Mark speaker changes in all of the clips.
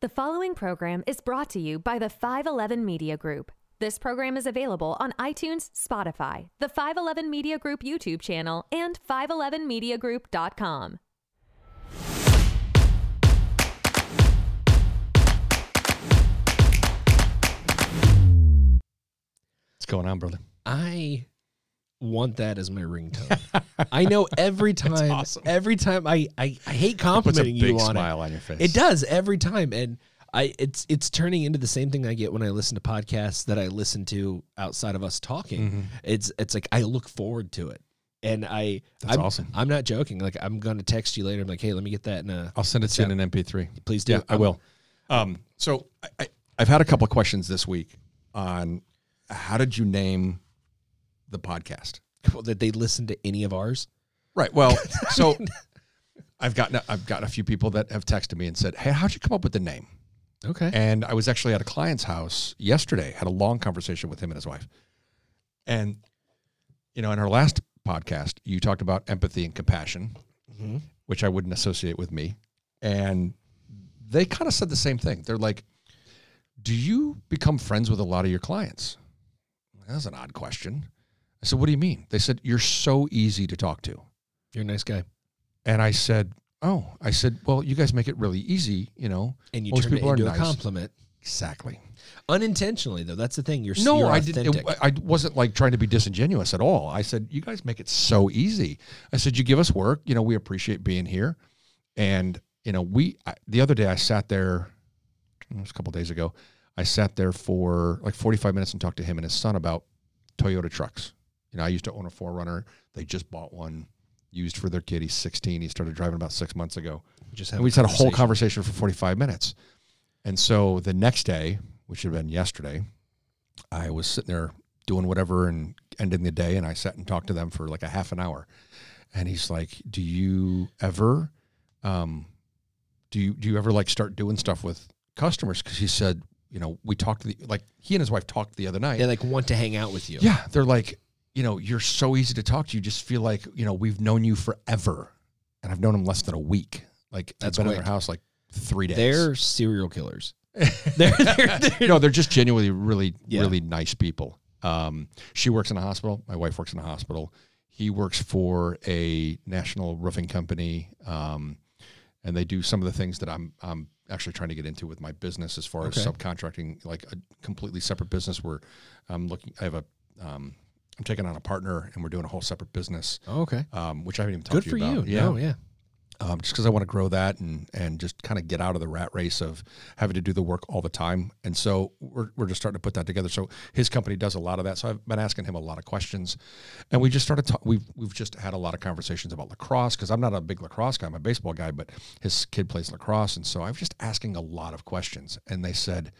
Speaker 1: The following program is brought to you by the 511 Media Group. This program is available on iTunes, Spotify, the 511 Media Group YouTube channel, and 511mediagroup.com.
Speaker 2: What's going on, brother?
Speaker 3: I want that as my ringtone. I know every time,
Speaker 2: awesome.
Speaker 3: every time I, I, I hate
Speaker 2: Puts a
Speaker 3: complimenting
Speaker 2: big
Speaker 3: you on
Speaker 2: smile on your face.
Speaker 3: it. It does every time, and I it's it's turning into the same thing I get when I listen to podcasts that I listen to outside of us talking.
Speaker 2: Mm-hmm.
Speaker 3: It's it's like I look forward to it, and I
Speaker 2: That's
Speaker 3: I'm,
Speaker 2: awesome.
Speaker 3: I'm not joking. Like I'm gonna text you later. I'm like, hey, let me get that in a.
Speaker 2: I'll send it to you in an MP3.
Speaker 3: Please do.
Speaker 2: Yeah, I
Speaker 3: I'm-
Speaker 2: will. Um, so I, I, I've had a couple of questions this week on how did you name the podcast?
Speaker 3: That they listen to any of ours.
Speaker 2: Right. Well, so I've gotten I've gotten a few people that have texted me and said, "Hey, how'd you come up with the name?"
Speaker 3: Okay.
Speaker 2: And I was actually at a client's house yesterday, had a long conversation with him and his wife. And, you know, in our last podcast, you talked about empathy and compassion,
Speaker 3: Mhm.
Speaker 2: which I wouldn't associate with me. And they kind of said the same thing. They're like, Do you become friends with a lot of your clients? That's an odd question. I said, What do you mean? They said, You're so easy to talk to.
Speaker 3: You're a nice guy,
Speaker 2: And I said, Oh, I said, Well, you guys make it really easy, you know.
Speaker 3: and you
Speaker 2: Most
Speaker 3: turn it
Speaker 2: people are
Speaker 3: into
Speaker 2: nice.
Speaker 3: a compliment
Speaker 2: Exactly.
Speaker 3: unintentionally, though. That's the thing. You're
Speaker 2: No,
Speaker 3: you're
Speaker 2: I
Speaker 3: authentic.
Speaker 2: didn't. It, I wasn't like trying to be disingenuous at all. I said, "You guys make it so easy." I said, "You give us work. You know, we appreciate being here." And you know, we I, the other day I sat there. It was a couple days ago. I sat there for like forty-five minutes and talked to him and his son about Toyota trucks. You know, I used to own a Forerunner. They just bought one used for their kid. He's sixteen. He started driving about six months ago.
Speaker 3: just
Speaker 2: And we just had a whole conversation for 45 minutes. And so the next day, which had been yesterday, I was sitting there doing whatever and ending the day. And I sat and talked to them for like a half an hour. And he's like, Do you ever, um, do you, do you ever like start doing stuff with customers? Cause he said, you know, we talked to the, like he and his wife talked the other night.
Speaker 3: They like want to hang out with you.
Speaker 2: Yeah, they're like, you know, you're so easy to talk to. You just feel like, you know, we've known you forever, and I've known him less than a week. Like
Speaker 3: That's
Speaker 2: I've been in
Speaker 3: quick.
Speaker 2: their house like three days.
Speaker 3: They're serial killers. they're, they're, they're-
Speaker 2: no, they're just genuinely really,
Speaker 3: Yeah.
Speaker 2: really nice people. Um, she works in a hospital. My wife works in a hospital. He works for a national roofing company, um, and they do some of the things that I'm I'm actually trying to get into with my business as far as
Speaker 3: Okay.
Speaker 2: subcontracting, like a completely separate business where I'm looking. I have a um, I'm taking on a partner, and we're doing a whole separate business,
Speaker 3: Oh, okay.
Speaker 2: um, which I haven't even talked
Speaker 3: Good
Speaker 2: to
Speaker 3: for
Speaker 2: you
Speaker 3: you.
Speaker 2: about.
Speaker 3: No, yeah.
Speaker 2: um, just because I want to grow that and and just kind of get out of the rat race of having to do the work all the time. And so we're we're just starting to put that together. So his company does a lot of that. So I've been asking him a lot of questions, and we just started. Ta- we've we've just had a lot of conversations about lacrosse because I'm not a big lacrosse guy. I'm a baseball guy, but his kid plays lacrosse, and so I was just asking a lot of questions. And they said,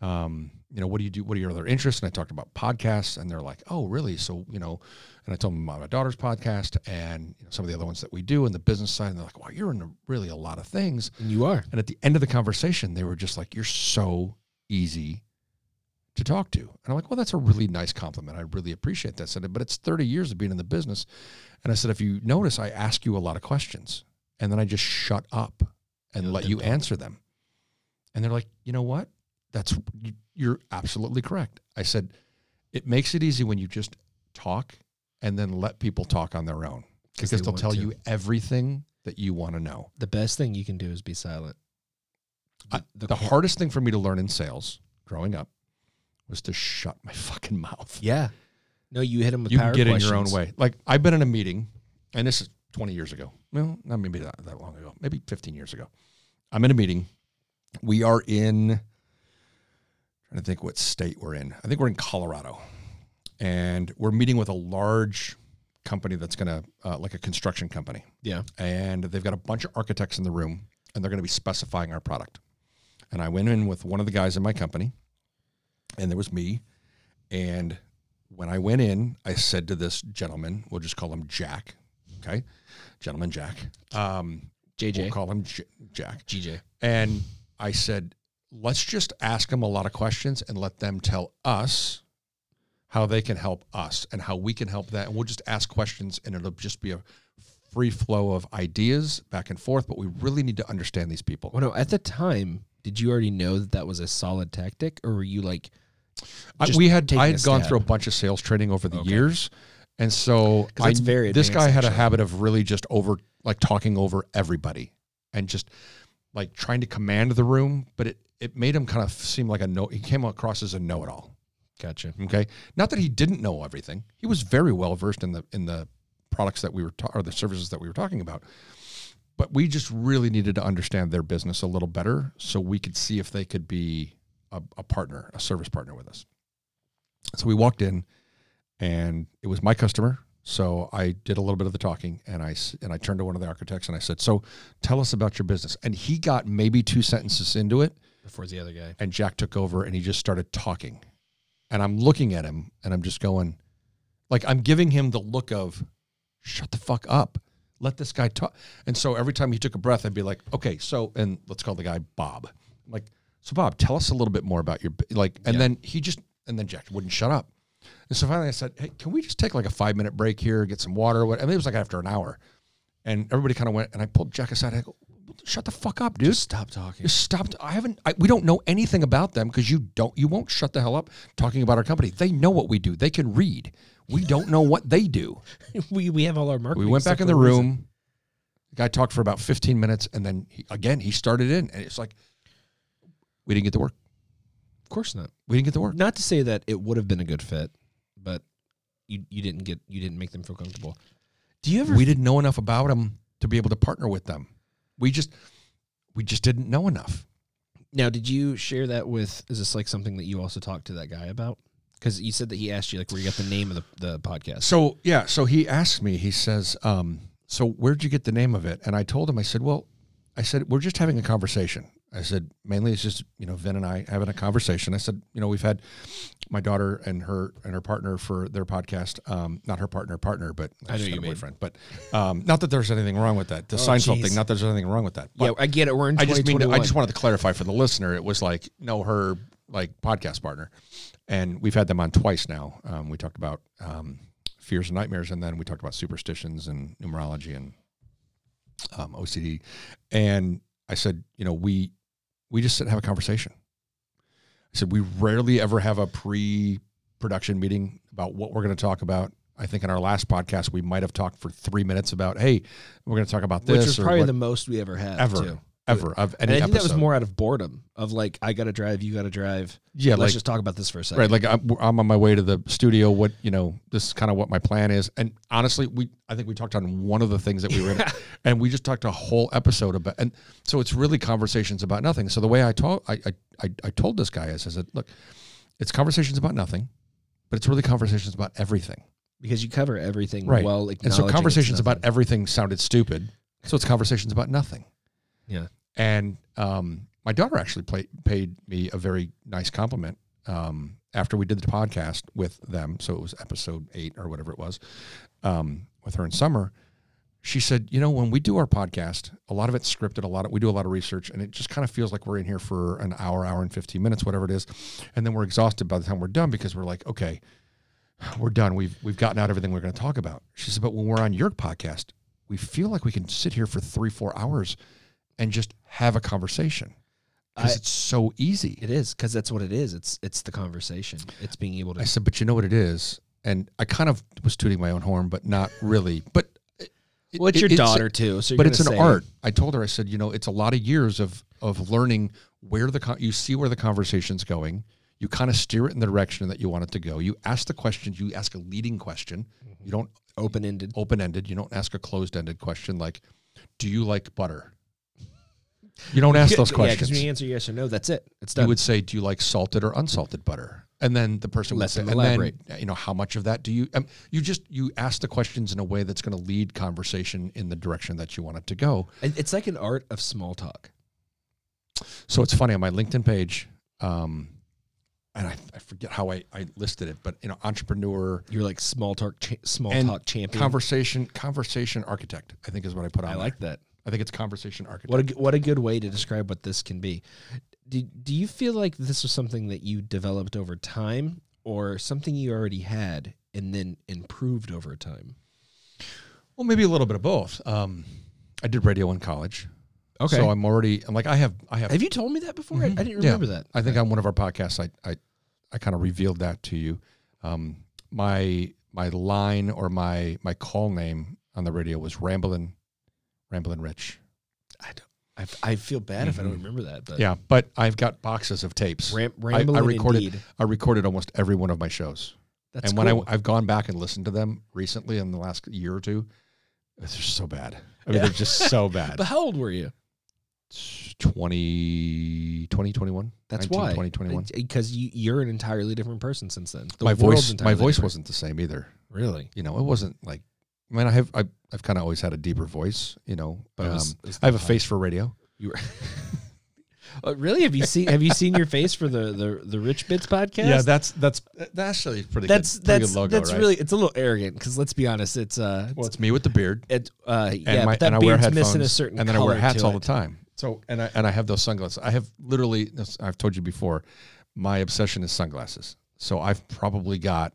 Speaker 2: um, you know, what do you do? What are your other interests? And I talked about podcasts, and they're like, oh, really? So, you know, and I told them about my daughter's podcast and you know, some of the other ones that we do and the business side. And they're like, wow, you're in a, really a lot of things.
Speaker 3: And you are.
Speaker 2: And at the end of the conversation, they were just like, you're so easy to talk to. And I'm like, well, that's a really nice compliment. I really appreciate that. I said, but it's 30 years of being in the business. And I said, if you notice, I ask you a lot of questions and then I just shut up and
Speaker 3: You let
Speaker 2: let
Speaker 3: them
Speaker 2: you
Speaker 3: talk.
Speaker 2: answer them. And they're like, you know what? That's you- you're absolutely correct. I said, it makes it easy when you just talk and then let people talk on their own because
Speaker 3: they
Speaker 2: they'll
Speaker 3: want
Speaker 2: tell
Speaker 3: to.
Speaker 2: you everything that you want to know.
Speaker 3: The best thing you can do is be silent.
Speaker 2: I- the, hardest thing for me to learn in sales growing up was to shut my fucking mouth.
Speaker 3: Yeah. No, you hit them with
Speaker 2: you
Speaker 3: power
Speaker 2: can get in your own
Speaker 3: questions.
Speaker 2: way. Like I've been in a meeting, and this is 20 years ago. Well, not maybe that, that long ago, maybe 15 years ago. I'm in a meeting. We are in. Trying to think what state we're in. I think we're in Colorado, and we're meeting with a large company that's going to uh, like a construction company
Speaker 3: Yeah.
Speaker 2: and they've got a bunch of architects in the room and they're going to be specifying our product. And I went in with one of the guys in my company and there was me. And when I went in, I said to this gentleman, we'll just call him Jack. Okay. Gentleman Jack. Um,
Speaker 3: JJ.
Speaker 2: We'll call him J- Jack.
Speaker 3: GJ.
Speaker 2: And I said, let's just ask them a lot of questions and let them tell us how they can help us and how we can help that. And we'll just ask questions and it'll just be a free flow of ideas back and forth. But we really need to understand these people.
Speaker 3: Well, no, Oh, at the time, did you already know that that was a solid tactic, or were you like,
Speaker 2: I,
Speaker 3: just
Speaker 2: we had
Speaker 3: taking
Speaker 2: I
Speaker 3: a
Speaker 2: had gone
Speaker 3: stab.
Speaker 2: through a bunch of sales training over the
Speaker 3: Okay.
Speaker 2: years, and so
Speaker 3: 'Cause that's
Speaker 2: I-
Speaker 3: very
Speaker 2: this
Speaker 3: advanced,
Speaker 2: guy had a
Speaker 3: actually.
Speaker 2: habit of really just over like talking over everybody and just like trying to command the room, but it it made him kind of seem like a no. He came across as a know it all.
Speaker 3: gotcha?
Speaker 2: Okay, not that he didn't know everything. He was very well versed in the in the products that we were ta- or the services that we were talking about. But we just really needed to understand their business a little better, so we could see if they could be a, a partner, a service partner with us. So we walked in, and it was my customer. So I did a little bit of the talking, and I s- and I turned to one of the architects and I said, "So, tell us about your business." And he got maybe two sentences into it,
Speaker 3: Before the other guy,
Speaker 2: and Jack took over and he just started talking. And I'm looking at him and I'm just going, like, I'm giving him the look of, shut the fuck up. Let this guy talk. And so every time he took a breath, I'd be like, okay, so, and let's call the guy Bob. I'm like, so Bob, tell us a little bit more about your, bu- like, and
Speaker 3: Yeah.
Speaker 2: then he just, and then Jack wouldn't shut up. And so finally I said, hey, can we just take like a five minute break here, get some water? What? I mean, it was like after an hour. And everybody kind of went, and I pulled Jack aside. I go, shut the fuck up, dude.
Speaker 3: stop talking.
Speaker 2: Just stop. I haven't. I, we don't know anything about them because you don't. You won't shut the hell up talking about our company. They know what we do. They can read. We don't know what they do.
Speaker 3: we we have all our marketing.
Speaker 2: We went
Speaker 3: stuff
Speaker 2: back in
Speaker 3: for
Speaker 2: the
Speaker 3: a reason.
Speaker 2: room. The guy talked for about fifteen minutes, and then he, again he started in, and it's like we didn't get the work.
Speaker 3: Of course not.
Speaker 2: We didn't get the work.
Speaker 3: Not to say that it would have been a good fit, but you you didn't get you didn't make them feel comfortable. Do you ever?
Speaker 2: We didn't know enough about them to be able to partner with them. We just we just didn't know enough.
Speaker 3: Now, did you share that with? Is this like something that you also talked to that guy about? Because you said that he asked you like where you got the name of the, the podcast.
Speaker 2: So yeah, so he asked me. He says, um, "So where'd you get the name of it?" And I told him, I said, "Well, I said we're just having a conversation." I said, "Mainly it's just you know Vin and I having a conversation." I said, "You know, we've had my daughter and her and her partner for their podcast. Um, not her partner, partner, but
Speaker 3: I know
Speaker 2: she's
Speaker 3: you
Speaker 2: got a
Speaker 3: mean.
Speaker 2: boyfriend. But um, not that there's anything wrong with that. The Seinfeld
Speaker 3: geez.
Speaker 2: thing. Not that there's anything wrong with that. But
Speaker 3: yeah, I get it. We're in.
Speaker 2: I just mean I
Speaker 3: 2021.
Speaker 2: just wanted to clarify for the listener. It was like no her like podcast partner, and we've had them on twice now. Um, we talked about um, fears and nightmares, and then we talked about superstitions and numerology and um, OCD. And I said, you know, we we just sit and have a conversation. I said we rarely ever have a pre-production meeting about what we're going to talk about. I think in our last podcast we might have talked for three minutes about, hey, we're going to talk about this
Speaker 3: which was
Speaker 2: or
Speaker 3: probably
Speaker 2: what-
Speaker 3: the most we ever had
Speaker 2: Ever.
Speaker 3: Too.
Speaker 2: ever of
Speaker 3: And
Speaker 2: any
Speaker 3: I think
Speaker 2: episode.
Speaker 3: that was more out of boredom of like I got to drive, you got to drive.
Speaker 2: yeah,
Speaker 3: Let's
Speaker 2: like
Speaker 3: just talk about this for a second.
Speaker 2: right like I'm, I'm on my way to the studio what you know this is kind of what my plan is and honestly we i think we talked on one of the things that we were in, and we just talked a whole episode about and so it's really conversations about nothing so the way i told I, I i i told this guy is i said look it's conversations about nothing but it's really conversations about everything
Speaker 3: Because you cover everything
Speaker 2: Right. and
Speaker 3: well.
Speaker 2: so
Speaker 3: acknowledging it's
Speaker 2: conversations about
Speaker 3: nothing.
Speaker 2: everything sounded stupid so it's conversations about nothing
Speaker 3: Yeah.
Speaker 2: and um, my daughter actually played, paid me a very nice compliment um, after we did the podcast with them. So it was episode eight or whatever it was um, with her in summer. She said, "You know, when we do our podcast, a lot of it's scripted. A lot of we do a lot of research, and it just kind of feels like we're in here for an hour, hour and fifteen minutes, whatever it is, and then we're exhausted by the time we're done because we're like, okay, we're done. We've we've gotten out everything we're going to talk about." She said, "But when we're on your podcast, we feel like we can sit here for three, four hours and just have a conversation because
Speaker 3: I-
Speaker 2: it's so easy.
Speaker 3: It is because that's what it is. It's it's the conversation. It's being able to.
Speaker 2: I said, but you know what it is, and I kind of was tooting my own horn, but not really. But it-
Speaker 3: well, it's
Speaker 2: it-
Speaker 3: your
Speaker 2: it's-
Speaker 3: daughter too. So, you're
Speaker 2: but it's an
Speaker 3: gonna say-
Speaker 2: art. I told her, I said, you know, it's a lot of years of of learning where the con- you see where the conversation's going. You kind of steer it in the direction that you want it to go. You ask the questions. You ask a leading question.
Speaker 3: Mm-hmm.
Speaker 2: You don't
Speaker 3: open ended.
Speaker 2: open ended. You don't ask a closed ended question like, "Do you like butter?" You don't ask those questions.
Speaker 3: because when you answer yes or no, that's it. It's
Speaker 2: you
Speaker 3: done.
Speaker 2: would say, "Do you like salted or unsalted butter?" And then the person
Speaker 3: Let
Speaker 2: would say,
Speaker 3: them
Speaker 2: and then,
Speaker 3: elaborate.
Speaker 2: you know, how much of that do you? Um, you just you ask the questions in a way that's going to lead conversation in the direction that you want it to go.
Speaker 3: And it's like an art of small talk.
Speaker 2: So it's funny on my LinkedIn page, um, and I, I forget how I, I listed it, but you know, entrepreneur,
Speaker 3: You're like small talk, cha- small
Speaker 2: And
Speaker 3: talk champion.
Speaker 2: conversation, conversation architect. I think is what I put on.
Speaker 3: Hmm. I like that.
Speaker 2: I think it's conversation architect.
Speaker 3: What a, g- what a good way to describe what this can be. Do, do you feel like this was something that you developed over time or something you already had and then improved over time?
Speaker 2: Well, maybe a little bit of both. Um, I did radio in college.
Speaker 3: Okay.
Speaker 2: So I'm already. I'm like I have. I have.
Speaker 3: Have you told me that before? I, I didn't
Speaker 2: Mm-hmm. Yeah.
Speaker 3: remember that.
Speaker 2: I think on one of our podcasts, I I, I kind of revealed that to you. Um, my my line or my my call name on the radio was Ramblin', Ramblin' Rich.
Speaker 3: I, don't, I, f- I feel bad if I don't
Speaker 2: Mhm.
Speaker 3: remember that. But
Speaker 2: Yeah, but I've got boxes of tapes.
Speaker 3: Ram-
Speaker 2: I, I
Speaker 3: Ramblin'
Speaker 2: recorded.
Speaker 3: Indeed.
Speaker 2: I recorded almost every one of my shows,
Speaker 3: That's
Speaker 2: and when
Speaker 3: cool.
Speaker 2: I I've gone back and listened to them recently in the last year or two, they're so bad. I mean,
Speaker 3: Yeah.
Speaker 2: they're just so bad.
Speaker 3: But how old were you?
Speaker 2: 20, 20, 21.
Speaker 3: That's
Speaker 2: 19,
Speaker 3: why.
Speaker 2: 20, 21.
Speaker 3: Because you, you're an entirely different person since then. The
Speaker 2: my
Speaker 3: world's
Speaker 2: voice, my
Speaker 3: entirely
Speaker 2: voice
Speaker 3: different.
Speaker 2: wasn't the same either.
Speaker 3: really.
Speaker 2: you know, it wasn't like, I mean, I have, I, I've kind of always had a deeper voice, you know,
Speaker 3: It
Speaker 2: um,
Speaker 3: was- it was
Speaker 2: I have a
Speaker 3: not-
Speaker 2: face for radio.
Speaker 3: You were. Oh, really? Have you seen Have you seen your face for the the, the Rich Bits podcast?
Speaker 2: that's, that's, that's actually pretty
Speaker 3: that's
Speaker 2: pretty
Speaker 3: that's
Speaker 2: logo,
Speaker 3: that's
Speaker 2: right?
Speaker 3: really it's a little arrogant because let's be honest, it's uh,
Speaker 2: well,
Speaker 3: it's,
Speaker 2: it's me with the beard
Speaker 3: it, uh
Speaker 2: and
Speaker 3: yeah,
Speaker 2: my,
Speaker 3: but that
Speaker 2: and I wear
Speaker 3: beard's
Speaker 2: headphones
Speaker 3: missing a certain
Speaker 2: and then I wear
Speaker 3: color
Speaker 2: hats
Speaker 3: to
Speaker 2: all the
Speaker 3: it.
Speaker 2: time. So, and I, and I have those sunglasses. I have literally, this- I've told you before, my obsession is sunglasses. So I've probably got,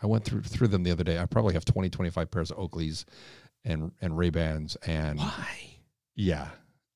Speaker 2: I went through, through them the other day. I probably have 20, 25 pairs of Oakleys and, and Ray-Bans and
Speaker 3: Why?
Speaker 2: Yeah.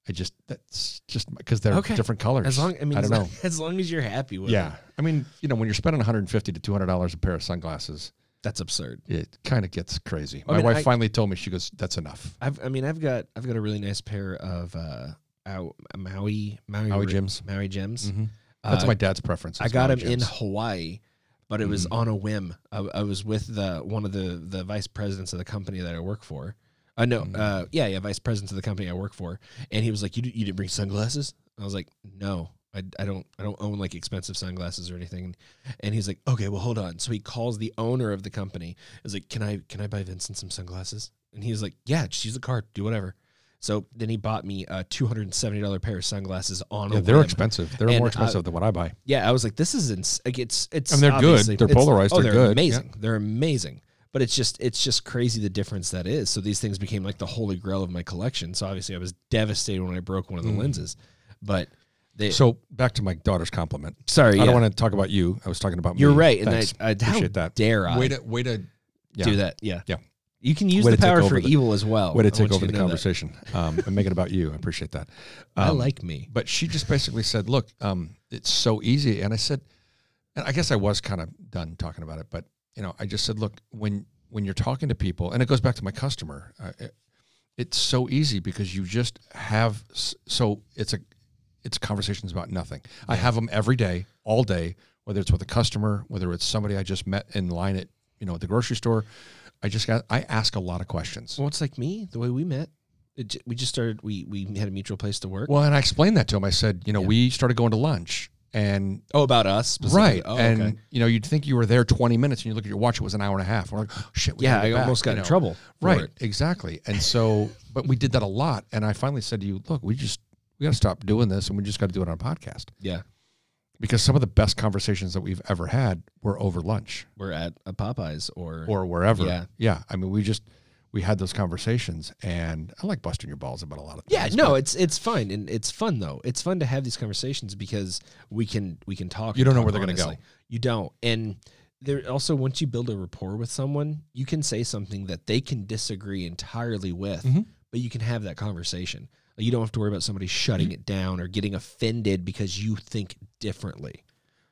Speaker 2: I just that's just because they're
Speaker 3: Okay.
Speaker 2: different colors.
Speaker 3: As long I mean,
Speaker 2: I
Speaker 3: as,
Speaker 2: don't
Speaker 3: long,
Speaker 2: know.
Speaker 3: as long as you're happy with
Speaker 2: Yeah,
Speaker 3: it,
Speaker 2: I mean, you know, when you're spending 150 to 200 dollars a pair of sunglasses,
Speaker 3: that's absurd.
Speaker 2: it kind of gets crazy.
Speaker 3: I
Speaker 2: My
Speaker 3: mean,
Speaker 2: wife
Speaker 3: I-
Speaker 2: finally told me she goes, "That's enough."
Speaker 3: I've I mean I've got I've got a really nice pair of uh Au- Maui Maui
Speaker 2: Maui
Speaker 3: Ri-
Speaker 2: Gems.
Speaker 3: Maui gems.
Speaker 2: Mhm. That's
Speaker 3: Uh,
Speaker 2: my dad's preference.
Speaker 3: I
Speaker 2: is
Speaker 3: got
Speaker 2: Maui
Speaker 3: him in
Speaker 2: Jim's.
Speaker 3: Hawaii, but it
Speaker 2: Mm.
Speaker 3: was on a whim. I, I was with the one of the the vice presidents of the company that I work for. I know,
Speaker 2: Mm.
Speaker 3: uh, yeah, yeah, vice president of the company I work for, and he was like, "You d- you didn't bring sunglasses?" I was like, "No, I, I don't I don't own like expensive sunglasses or anything." And he's like, "Okay, well, hold on." So he calls the owner of the company. He's like, "Can I can I buy Vincent some sunglasses?" And he's like, "Yeah, just use the card, do whatever." So then he bought me a two hundred and seventy dollar pair of sunglasses on
Speaker 2: Yeah,
Speaker 3: a
Speaker 2: they're
Speaker 3: whim.
Speaker 2: expensive. They're
Speaker 3: And
Speaker 2: more
Speaker 3: I-
Speaker 2: expensive than what I buy.
Speaker 3: Yeah, I was like, this is ins- like it's it's
Speaker 2: And they're good.
Speaker 3: obviously-
Speaker 2: They're
Speaker 3: it's-
Speaker 2: polarized.
Speaker 3: Oh,
Speaker 2: They're
Speaker 3: they're,
Speaker 2: good.
Speaker 3: amazing. They're amazing. But it's just it's just crazy the difference that is. So these things became like the holy grail of my collection. So obviously I was devastated when I broke one of the lenses. But they
Speaker 2: Mm. So back to my daughter's compliment.
Speaker 3: sorry,
Speaker 2: I
Speaker 3: yeah.
Speaker 2: don't want to talk about you. I was talking about
Speaker 3: You're
Speaker 2: me.
Speaker 3: right, and
Speaker 2: Thanks.
Speaker 3: I, I how
Speaker 2: appreciate that.
Speaker 3: Dare I
Speaker 2: Way to way to yeah.
Speaker 3: do that? Yeah,
Speaker 2: Yeah.
Speaker 3: You can use
Speaker 2: Way
Speaker 3: the
Speaker 2: to take
Speaker 3: power
Speaker 2: over
Speaker 3: for
Speaker 2: the-
Speaker 3: evil as well.
Speaker 2: Way to
Speaker 3: I
Speaker 2: take
Speaker 3: want you
Speaker 2: over the
Speaker 3: know that.
Speaker 2: conversation um, and make it about you. I appreciate that.
Speaker 3: I
Speaker 2: Um,
Speaker 3: like me.
Speaker 2: but she just basically said, "Look, um, it's so easy." And I said, and I guess I was kind of done talking about it, but you know, I just said, "Look, when when you're talking to people, and it goes back to my customer, uh, it, it's so easy because you just have. s- So it's a it's conversations about nothing. I have them every day, all day, whether it's with a customer, whether it's somebody I just met in line at you know at the grocery store. I just got I ask a lot of questions.
Speaker 3: Well, it's like me the way we met. It, j- we just started. We we had a mutual place to work.
Speaker 2: Well, and I explained that to him. I said, you know, we started going to lunch. And
Speaker 3: oh, about us, specifically.
Speaker 2: Right.
Speaker 3: Oh,
Speaker 2: and
Speaker 3: okay.
Speaker 2: you know, you'd think you were there 20 minutes and you look at your watch, it was an hour and a half. We're like, oh, shit. We
Speaker 3: yeah,
Speaker 2: gotta
Speaker 3: I
Speaker 2: get back,"
Speaker 3: almost got
Speaker 2: you
Speaker 3: in
Speaker 2: know.
Speaker 3: trouble. for
Speaker 2: Right.
Speaker 3: it.
Speaker 2: Exactly. And so, but we did that a lot. And I finally said to you, look, we just, we got to stop doing this and we just got to do it on a podcast
Speaker 3: Yeah.
Speaker 2: because some of the best conversations that we've ever had were over lunch
Speaker 3: we're at a Popeyes or,
Speaker 2: or wherever.
Speaker 3: Yeah.
Speaker 2: Yeah. I mean, we just, we had those conversations and I like busting your balls about a lot of
Speaker 3: yeah
Speaker 2: things.
Speaker 3: no it's it's fine and it's fun though it's fun to have these conversations because we can we can talk
Speaker 2: You
Speaker 3: and
Speaker 2: don't know
Speaker 3: talk
Speaker 2: where they're gonna go.
Speaker 3: honestly. you don't and there also once you build a rapport with someone you can say something that they can disagree entirely with
Speaker 2: Mm-hmm.
Speaker 3: but you can have that conversation Like, you don't have to worry about somebody shutting it down or getting offended because you think differently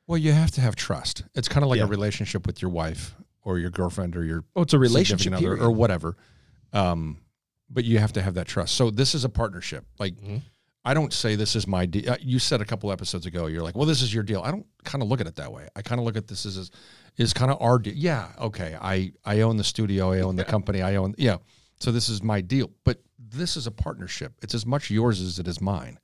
Speaker 2: Well, you have to have trust. It's kind of like
Speaker 3: Yeah.
Speaker 2: a relationship with your wife or your girlfriend or your
Speaker 3: oh it's a relationship
Speaker 2: significant other or whatever. Um, but you have to have that trust. So this is a partnership. Like
Speaker 3: Mm-hmm.
Speaker 2: I don't say this is my deal. You said a couple episodes ago, you're like, well, this is your deal. I don't kind of look at it that way. I kind of look at this as, as is kind of our deal. Yeah. Okay. I, I own the studio. I own the company. I own, yeah. So this is my deal, but this is a partnership. It's as much yours as it is mine.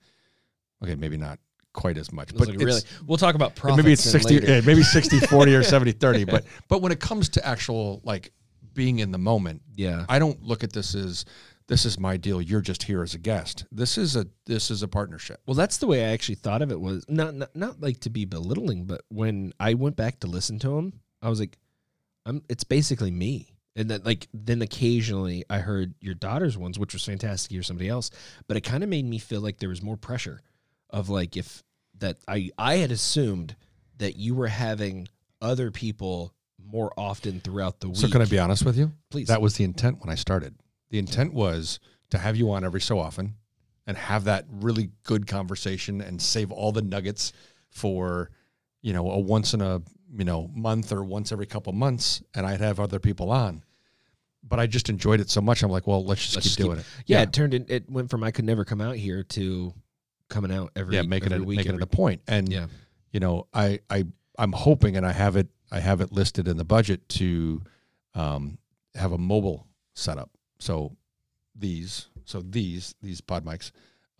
Speaker 2: Okay. Maybe not quite as much, but
Speaker 3: like
Speaker 2: it's-
Speaker 3: really we'll talk about profits
Speaker 2: maybe it's eh,
Speaker 3: in
Speaker 2: 60
Speaker 3: later.
Speaker 2: yeah, maybe 60 40 or 70 30 but but when it comes to actual like being in the moment
Speaker 3: yeah
Speaker 2: i don't look at this as this is my deal you're just here as a guest this is a this is a partnership
Speaker 3: Well, that's the way I actually thought of it was not not, not like to be belittling, but when I went back to listen to him, I was like, "I'm." It's basically me, and then like then occasionally I heard your daughter's ones, which was fantastic, or somebody else, but it kind of made me feel like there was more pressure of like if that I I had assumed that you were having other people more often throughout the week.
Speaker 2: so can i be honest with you
Speaker 3: Please.
Speaker 2: that was the intent when i started the intent was to have you on every so often and have that really good conversation and save all the nuggets for you know a once in a you know month or once every couple months and i'd have other people on but i just enjoyed it so much i'm like well let's just
Speaker 3: Let's
Speaker 2: keep
Speaker 3: just keep-
Speaker 2: doing it
Speaker 3: Yeah, it turned in, it went from I could never come out here to coming out every
Speaker 2: yeah making
Speaker 3: every
Speaker 2: it
Speaker 3: week,
Speaker 2: making it
Speaker 3: every-
Speaker 2: a point and
Speaker 3: yeah
Speaker 2: you know i i i'm hoping and i have it i have it listed in the budget to um have a mobile setup so these so these these pod mics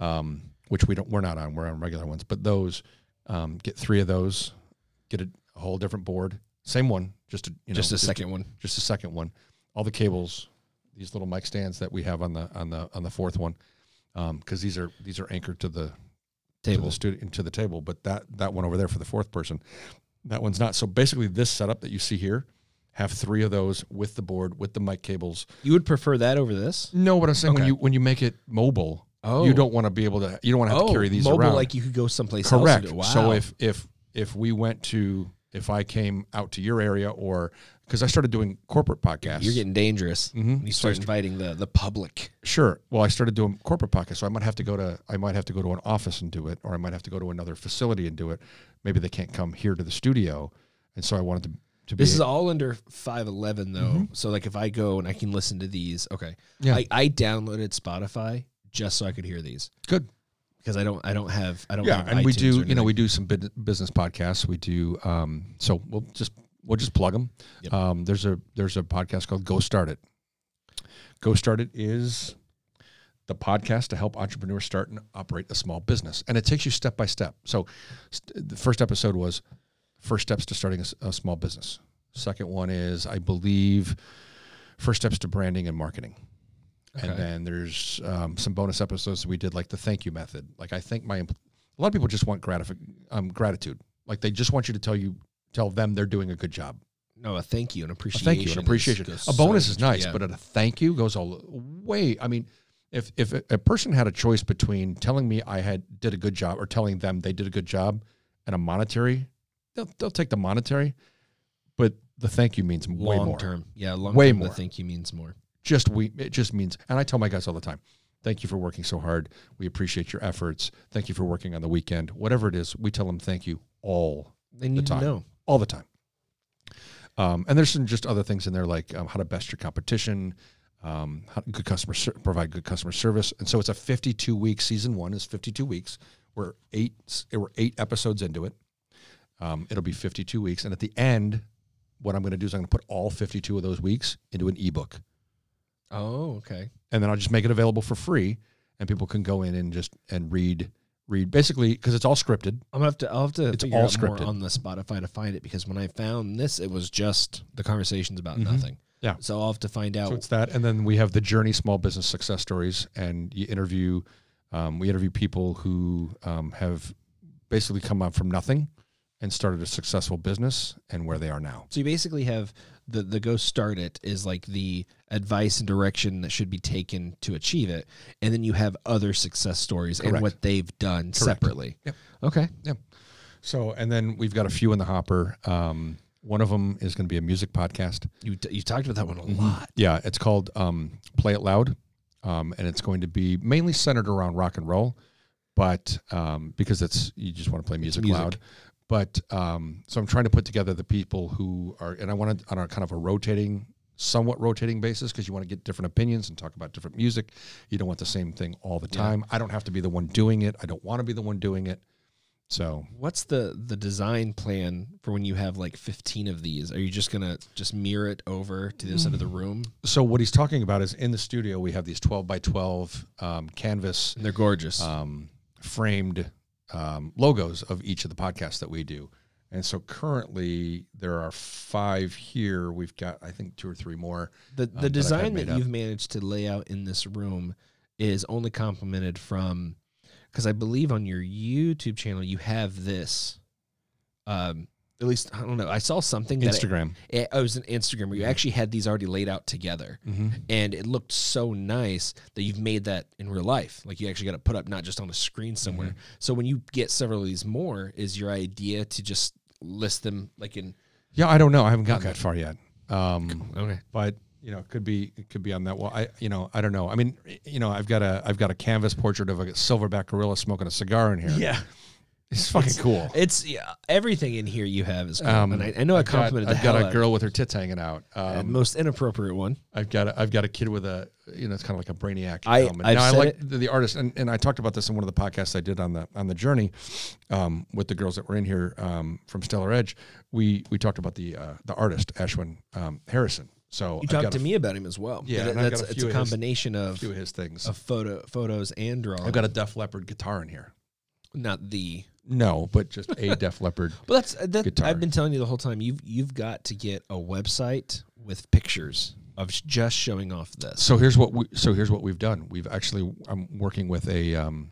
Speaker 2: um which we don't we're not on we're on regular ones but those um get three of those get a, a whole different board same one just a you know
Speaker 3: just a second one
Speaker 2: just the second one. All the cables, these little mic stands that we have on the on the on the fourth one, because these are these are anchored to the to
Speaker 3: table.
Speaker 2: the studio to the table. But that that one over there for the fourth person, that one's not. So basically, this setup that you see here, have three of those with the board with the mic cables.
Speaker 3: You would prefer that over this?
Speaker 2: No, what I'm saying when
Speaker 3: Okay.
Speaker 2: you when you make it mobile,
Speaker 3: Oh,
Speaker 2: you don't want to be able to you don't want to have to carry these
Speaker 3: mobile
Speaker 2: around.
Speaker 3: like you could go someplace
Speaker 2: Correct.
Speaker 3: else. and do it.
Speaker 2: So
Speaker 3: Wow.
Speaker 2: if if if we went to if I came out to your area or because I started doing corporate podcasts,
Speaker 3: you're getting dangerous,
Speaker 2: Mhm.
Speaker 3: you start inviting the the public.
Speaker 2: Sure. Well, I started doing corporate podcasts, so I might have to go to I might have to go to an office and do it, or I might have to go to another facility and do it. Maybe they can't come here to the studio, and so I wanted to to be.
Speaker 3: This is all under 511 though. So like if I go and I can listen to these, okay.
Speaker 2: Mm-hmm. Yeah.
Speaker 3: I, I downloaded Spotify just so I could hear these
Speaker 2: good.
Speaker 3: because I don't I don't have I don't
Speaker 2: Yeah,
Speaker 3: have
Speaker 2: and we
Speaker 3: iTunes
Speaker 2: do
Speaker 3: or
Speaker 2: you know we
Speaker 3: anything.
Speaker 2: do some bid- business podcasts. We do um, so we'll just we'll just plug them.
Speaker 3: Yep.
Speaker 2: Um, there's a there's a podcast called Go Start It. Go Start It is the podcast to help entrepreneurs start and operate a small business, and it takes you step by step. So st- the first episode was first steps to starting a s a a small business. Second one is I believe first steps to branding and marketing. And
Speaker 3: Okay.
Speaker 2: then there's um, some bonus episodes we did, like the thank you method. Like I thank my empl- a lot of people just want gratifi- um, gratitude. Like they just want you to tell you tell them they're doing a good job.
Speaker 3: no a thank you and
Speaker 2: A
Speaker 3: appreciation.
Speaker 2: thank you,
Speaker 3: is-
Speaker 2: an appreciation.
Speaker 3: goes
Speaker 2: A bonus
Speaker 3: so-
Speaker 2: is nice,
Speaker 3: yeah.
Speaker 2: but a thank you goes all way. I mean, if if a a person had a choice between telling me I had did a good job or telling them they did a good job, and a monetary, they'll they'll take the monetary, but the thank you means way
Speaker 3: long
Speaker 2: more.
Speaker 3: term, yeah, long
Speaker 2: Way
Speaker 3: term,
Speaker 2: more.
Speaker 3: The thank you means more.
Speaker 2: just we it just means and i tell my guys all the time thank you for working so hard we appreciate your efforts thank you for working on the weekend whatever it is we tell them thank you all
Speaker 3: They need to
Speaker 2: time.
Speaker 3: know.
Speaker 2: all the time um, and there's some just other things in there like um, how to best your competition um, how good customer ser- provide good customer service and so it's a 52 week season one is 52 weeks we're eight we're eight episodes into it um, it'll be 52 weeks and at the end what i'm going to do is i'm going to put all 52 of those weeks into an ebook
Speaker 3: Oh, okay.
Speaker 2: and then I'll just make it available for free, and people can go in and just and read read basically because it's all scripted.
Speaker 3: I'm gonna have to. I'll have to
Speaker 2: It's
Speaker 3: figure
Speaker 2: all
Speaker 3: out more
Speaker 2: scripted.
Speaker 3: on the Spotify to find it because when I found this, it was just the conversations about
Speaker 2: Mhm.
Speaker 3: nothing.
Speaker 2: Yeah.
Speaker 3: So I'll have to find out.
Speaker 2: So it's that, and then we have the Journey Small Business Success Stories, and you interview um, we interview people who um, have basically come up from nothing and started a successful business and where they are now.
Speaker 3: So you basically have the the go start it is like the advice and direction that should be taken to achieve it, and then you have other success stories
Speaker 2: Correct.
Speaker 3: and what they've done separately.
Speaker 2: Yep.
Speaker 3: Okay.
Speaker 2: So, and then we've got a few in the hopper. Um, one of them is going to be a music podcast.
Speaker 3: You t- you talked about that one a
Speaker 2: Mhm.
Speaker 3: lot.
Speaker 2: Yeah, it's called um, Play It Loud, um, and it's going to be mainly centered around rock and roll, but um, because it's you just want to play music,
Speaker 3: music.
Speaker 2: loud. But um, so I'm trying to put together the people who are, and I want to on a kind of a rotating, somewhat rotating basis because you want to get different opinions and talk about different music. You don't want the same thing all the
Speaker 3: Yeah.
Speaker 2: time. I don't have to be the one doing it. I don't want to be the one doing it. So
Speaker 3: What's the the design plan for when you have like 15 of these? Are you just going to just mirror it over to the other side of
Speaker 2: Mm.
Speaker 3: the room?
Speaker 2: so what he's talking about is in the studio we have these 12 by 12 um, canvas
Speaker 3: And they're gorgeous.
Speaker 2: um, framed um, logos of each of the podcasts that we do. And so currently there are five here. We've got, I think, two or three more.
Speaker 3: the
Speaker 2: but I've
Speaker 3: the
Speaker 2: had
Speaker 3: design
Speaker 2: made
Speaker 3: that
Speaker 2: up.
Speaker 3: you've managed to lay out in this room is only complemented from because I believe on your YouTube channel you have this. Um, at least I don't know. I saw something that it,
Speaker 2: Instagram.
Speaker 3: it, oh, it was an Instagram where you actually had these already laid out together, and it looked so nice that you've made that in real life. Like you actually got to put up not just on a screen somewhere. So when you get several of these more, is your idea to just list them like in
Speaker 2: Yeah, I don't know. I haven't gotten
Speaker 3: Okay.
Speaker 2: that far yet. Um,
Speaker 3: okay
Speaker 2: but you know, it could be it could be on that wall. I you know I don't know. I mean, you know, I've got a I've got a canvas portrait of a silverback gorilla smoking a cigar in here.
Speaker 3: Yeah.
Speaker 2: it's fucking cool.
Speaker 3: It's yeah, everything in here you have is cool.
Speaker 2: Um,
Speaker 3: and I, I know I
Speaker 2: I've got,
Speaker 3: complimented
Speaker 2: I've
Speaker 3: the hell
Speaker 2: got
Speaker 3: out
Speaker 2: a
Speaker 3: of
Speaker 2: girl with her tits hanging out.
Speaker 3: it.
Speaker 2: Um,
Speaker 3: Uh, most inappropriate one.
Speaker 2: I've got a, I've got a kid with a you know it's kind of like a brainiac.
Speaker 3: I-
Speaker 2: and
Speaker 3: I've
Speaker 2: now I
Speaker 3: said
Speaker 2: like
Speaker 3: it.
Speaker 2: the, the artist and, and I talked about this in one of the podcasts I did on the on the journey um, with the girls that were in here um, from Stellar Edge. We we talked about the uh, the artist Ashwin um, Harrison. So
Speaker 3: You
Speaker 2: I've
Speaker 3: talked
Speaker 2: got
Speaker 3: to
Speaker 2: a
Speaker 3: me about him as well.
Speaker 2: Yeah,
Speaker 3: That-
Speaker 2: and I've got
Speaker 3: that's
Speaker 2: a
Speaker 3: it's
Speaker 2: few
Speaker 3: a
Speaker 2: of his-
Speaker 3: combination of
Speaker 2: few of his things.
Speaker 3: of photo photos and drawing.
Speaker 2: I've got a Def Leppard guitar in here.
Speaker 3: not the.
Speaker 2: No, but just a Def Leppard.
Speaker 3: Well, that's uh, that.
Speaker 2: Guitar.
Speaker 3: I've been telling you the whole time. You've you've got to get a website with pictures of sh- just showing off this.
Speaker 2: So here's what we so here's what we've done. We've actually I'm working with a um,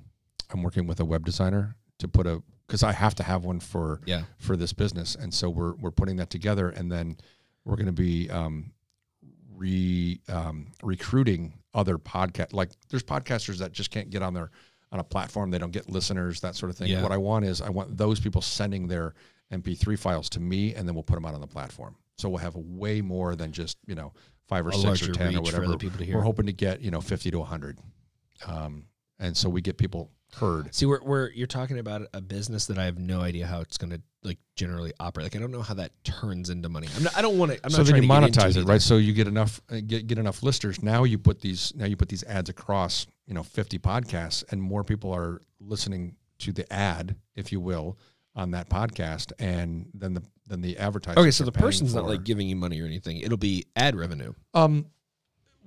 Speaker 2: I'm working with a web designer to put a because I have to have one for
Speaker 3: Yeah.
Speaker 2: for this business, and so we're we're putting that together, and then we're going to be um, re um, recruiting other podcast like there's podcasters that just can't get on their on a platform they don't get listeners that sort of thing.
Speaker 3: Yeah.
Speaker 2: What I want is I want those people sending their MP3 files to me, and then we'll put them out on the platform. So we'll have way more than just you know five or
Speaker 3: A
Speaker 2: six
Speaker 3: larger
Speaker 2: or ten
Speaker 3: reach
Speaker 2: or
Speaker 3: for
Speaker 2: whatever.
Speaker 3: other people to
Speaker 2: We're
Speaker 3: hear.
Speaker 2: hoping to get you know fifty to hundred, um, and so we get people heard.
Speaker 3: See, we're, we're you're talking about a business that I have no idea how it's going to like generally operate. Like I don't know how that turns into money. I'm not, I don't want to. I'm
Speaker 2: so
Speaker 3: not
Speaker 2: then
Speaker 3: trying
Speaker 2: you
Speaker 3: to get
Speaker 2: monetize
Speaker 3: into
Speaker 2: it, right? So you get enough uh, get, get enough listeners. Now you put these now you put these ads across, you know, 50 podcasts and more people are listening to the ad, if you will, on that podcast and then the then the advertising.
Speaker 3: Okay, so the person's not like giving you money or anything. It'll be ad revenue.
Speaker 2: um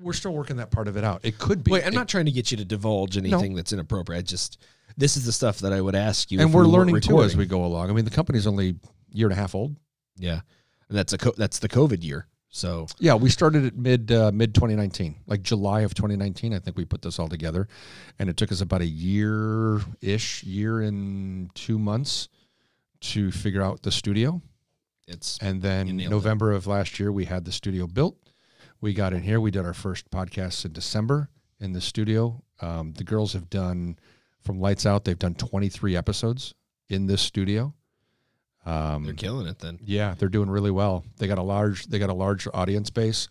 Speaker 2: we're still working that part of it out. It could be.
Speaker 3: Wait, I'm
Speaker 2: It-
Speaker 3: not trying to get you to divulge anything that's inappropriate. I just this is the stuff that I would ask you.
Speaker 2: and
Speaker 3: if
Speaker 2: we're
Speaker 3: we weren't
Speaker 2: learning too as
Speaker 3: recording.
Speaker 2: we go along. I mean, the company's only year and a half old.
Speaker 3: Yeah, and that's a co- that's the COVID year. So
Speaker 2: Yeah, we started at mid uh, mid 2019, like July of 2019. I think we put this all together, and it took us about a year ish, year and two months to figure out the studio.
Speaker 3: it's
Speaker 2: And
Speaker 3: You
Speaker 2: then
Speaker 3: nailed it.
Speaker 2: November of last year, we had the studio built. We got in here. We did our first podcast in December in the studio. Um, the girls have done from Lights Out. They've done 23 episodes in this studio. Um,
Speaker 3: they're killing it. Then
Speaker 2: yeah, they're doing really well. They got a large they got a large audience base.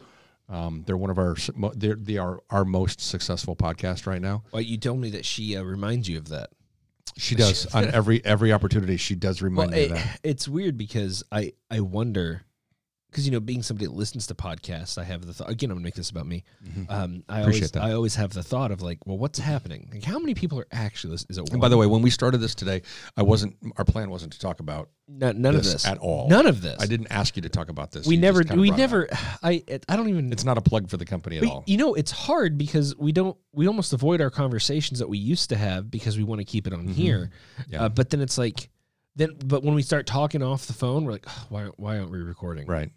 Speaker 2: Um, they're one of our s- mo- they're, they are our most successful podcast right now.
Speaker 3: well, you told me that she uh, reminds you of that.
Speaker 2: She does eh, on every every opportunity. She does remind
Speaker 3: Well,
Speaker 2: me
Speaker 3: it,
Speaker 2: of that.
Speaker 3: it's weird because I I wonder because you know being somebody that listens to podcasts, I have the thought again. I'm gonna make this about me. Um,
Speaker 2: Appreciate
Speaker 3: I always
Speaker 2: that.
Speaker 3: I always have the thought of like, well, what's happening? Like, how many people are actually listening? Is it
Speaker 2: And
Speaker 3: one?
Speaker 2: by the way, when we started this today, I wasn't our plan wasn't to talk about
Speaker 3: No- none
Speaker 2: this
Speaker 3: of this
Speaker 2: at all.
Speaker 3: None of this.
Speaker 2: I didn't ask you to talk about this.
Speaker 3: We
Speaker 2: You just
Speaker 3: never.
Speaker 2: kinda
Speaker 3: We
Speaker 2: brought it up.
Speaker 3: never. I. It, I don't even.
Speaker 2: It's not a plug for the company at
Speaker 3: But
Speaker 2: all.
Speaker 3: You know, it's hard because we don't. We almost avoid our conversations that we used to have because we want to keep it on here.
Speaker 2: Mm-hmm. Yeah.
Speaker 3: Uh, but then it's like, then. But when we start talking off the phone, we're like, "Ugh, why? Why aren't we recording?
Speaker 2: Right.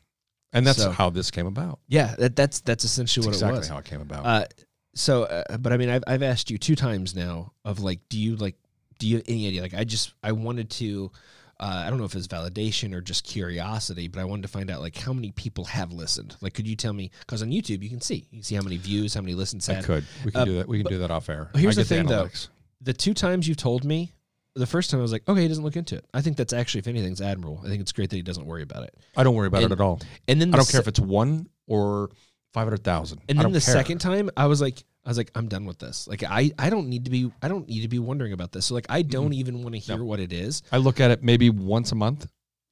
Speaker 2: And that's
Speaker 3: So-
Speaker 2: how this came about.
Speaker 3: Yeah. That, that's that's essentially
Speaker 2: That's
Speaker 3: what
Speaker 2: exactly
Speaker 3: it was.
Speaker 2: how it came about.
Speaker 3: uh, so, uh, but I mean, I've I've asked you two times now of like, do you like, do you have any idea? Like, I just I wanted to. Uh, I don't know if it's validation or just curiosity, but I wanted to find out like how many people have listened. Like, could you tell me? Because on YouTube, you can see you can see how many views, how many listens.
Speaker 2: I
Speaker 3: had.
Speaker 2: could. We can
Speaker 3: uh,
Speaker 2: do that. We can do that off air.
Speaker 3: here's
Speaker 2: I
Speaker 3: the
Speaker 2: get
Speaker 3: thing, though.
Speaker 2: analytics.
Speaker 3: the two times you've told me, the first time I was like, okay, he doesn't look into it. I think that's actually, if anything, it's admirable. I think it's great that he doesn't worry about it.
Speaker 2: I don't worry about
Speaker 3: And-
Speaker 2: it at all.
Speaker 3: And then
Speaker 2: I
Speaker 3: the
Speaker 2: don't care
Speaker 3: se-
Speaker 2: if it's one or five hundred thousand.
Speaker 3: And then the second time, I was like, I was like, I'm done with this. Like, I I don't need to be I don't need to be wondering about this. So like, I don't
Speaker 2: Mm-hmm.
Speaker 3: even want to hear what it is.
Speaker 2: I look at it maybe once a month.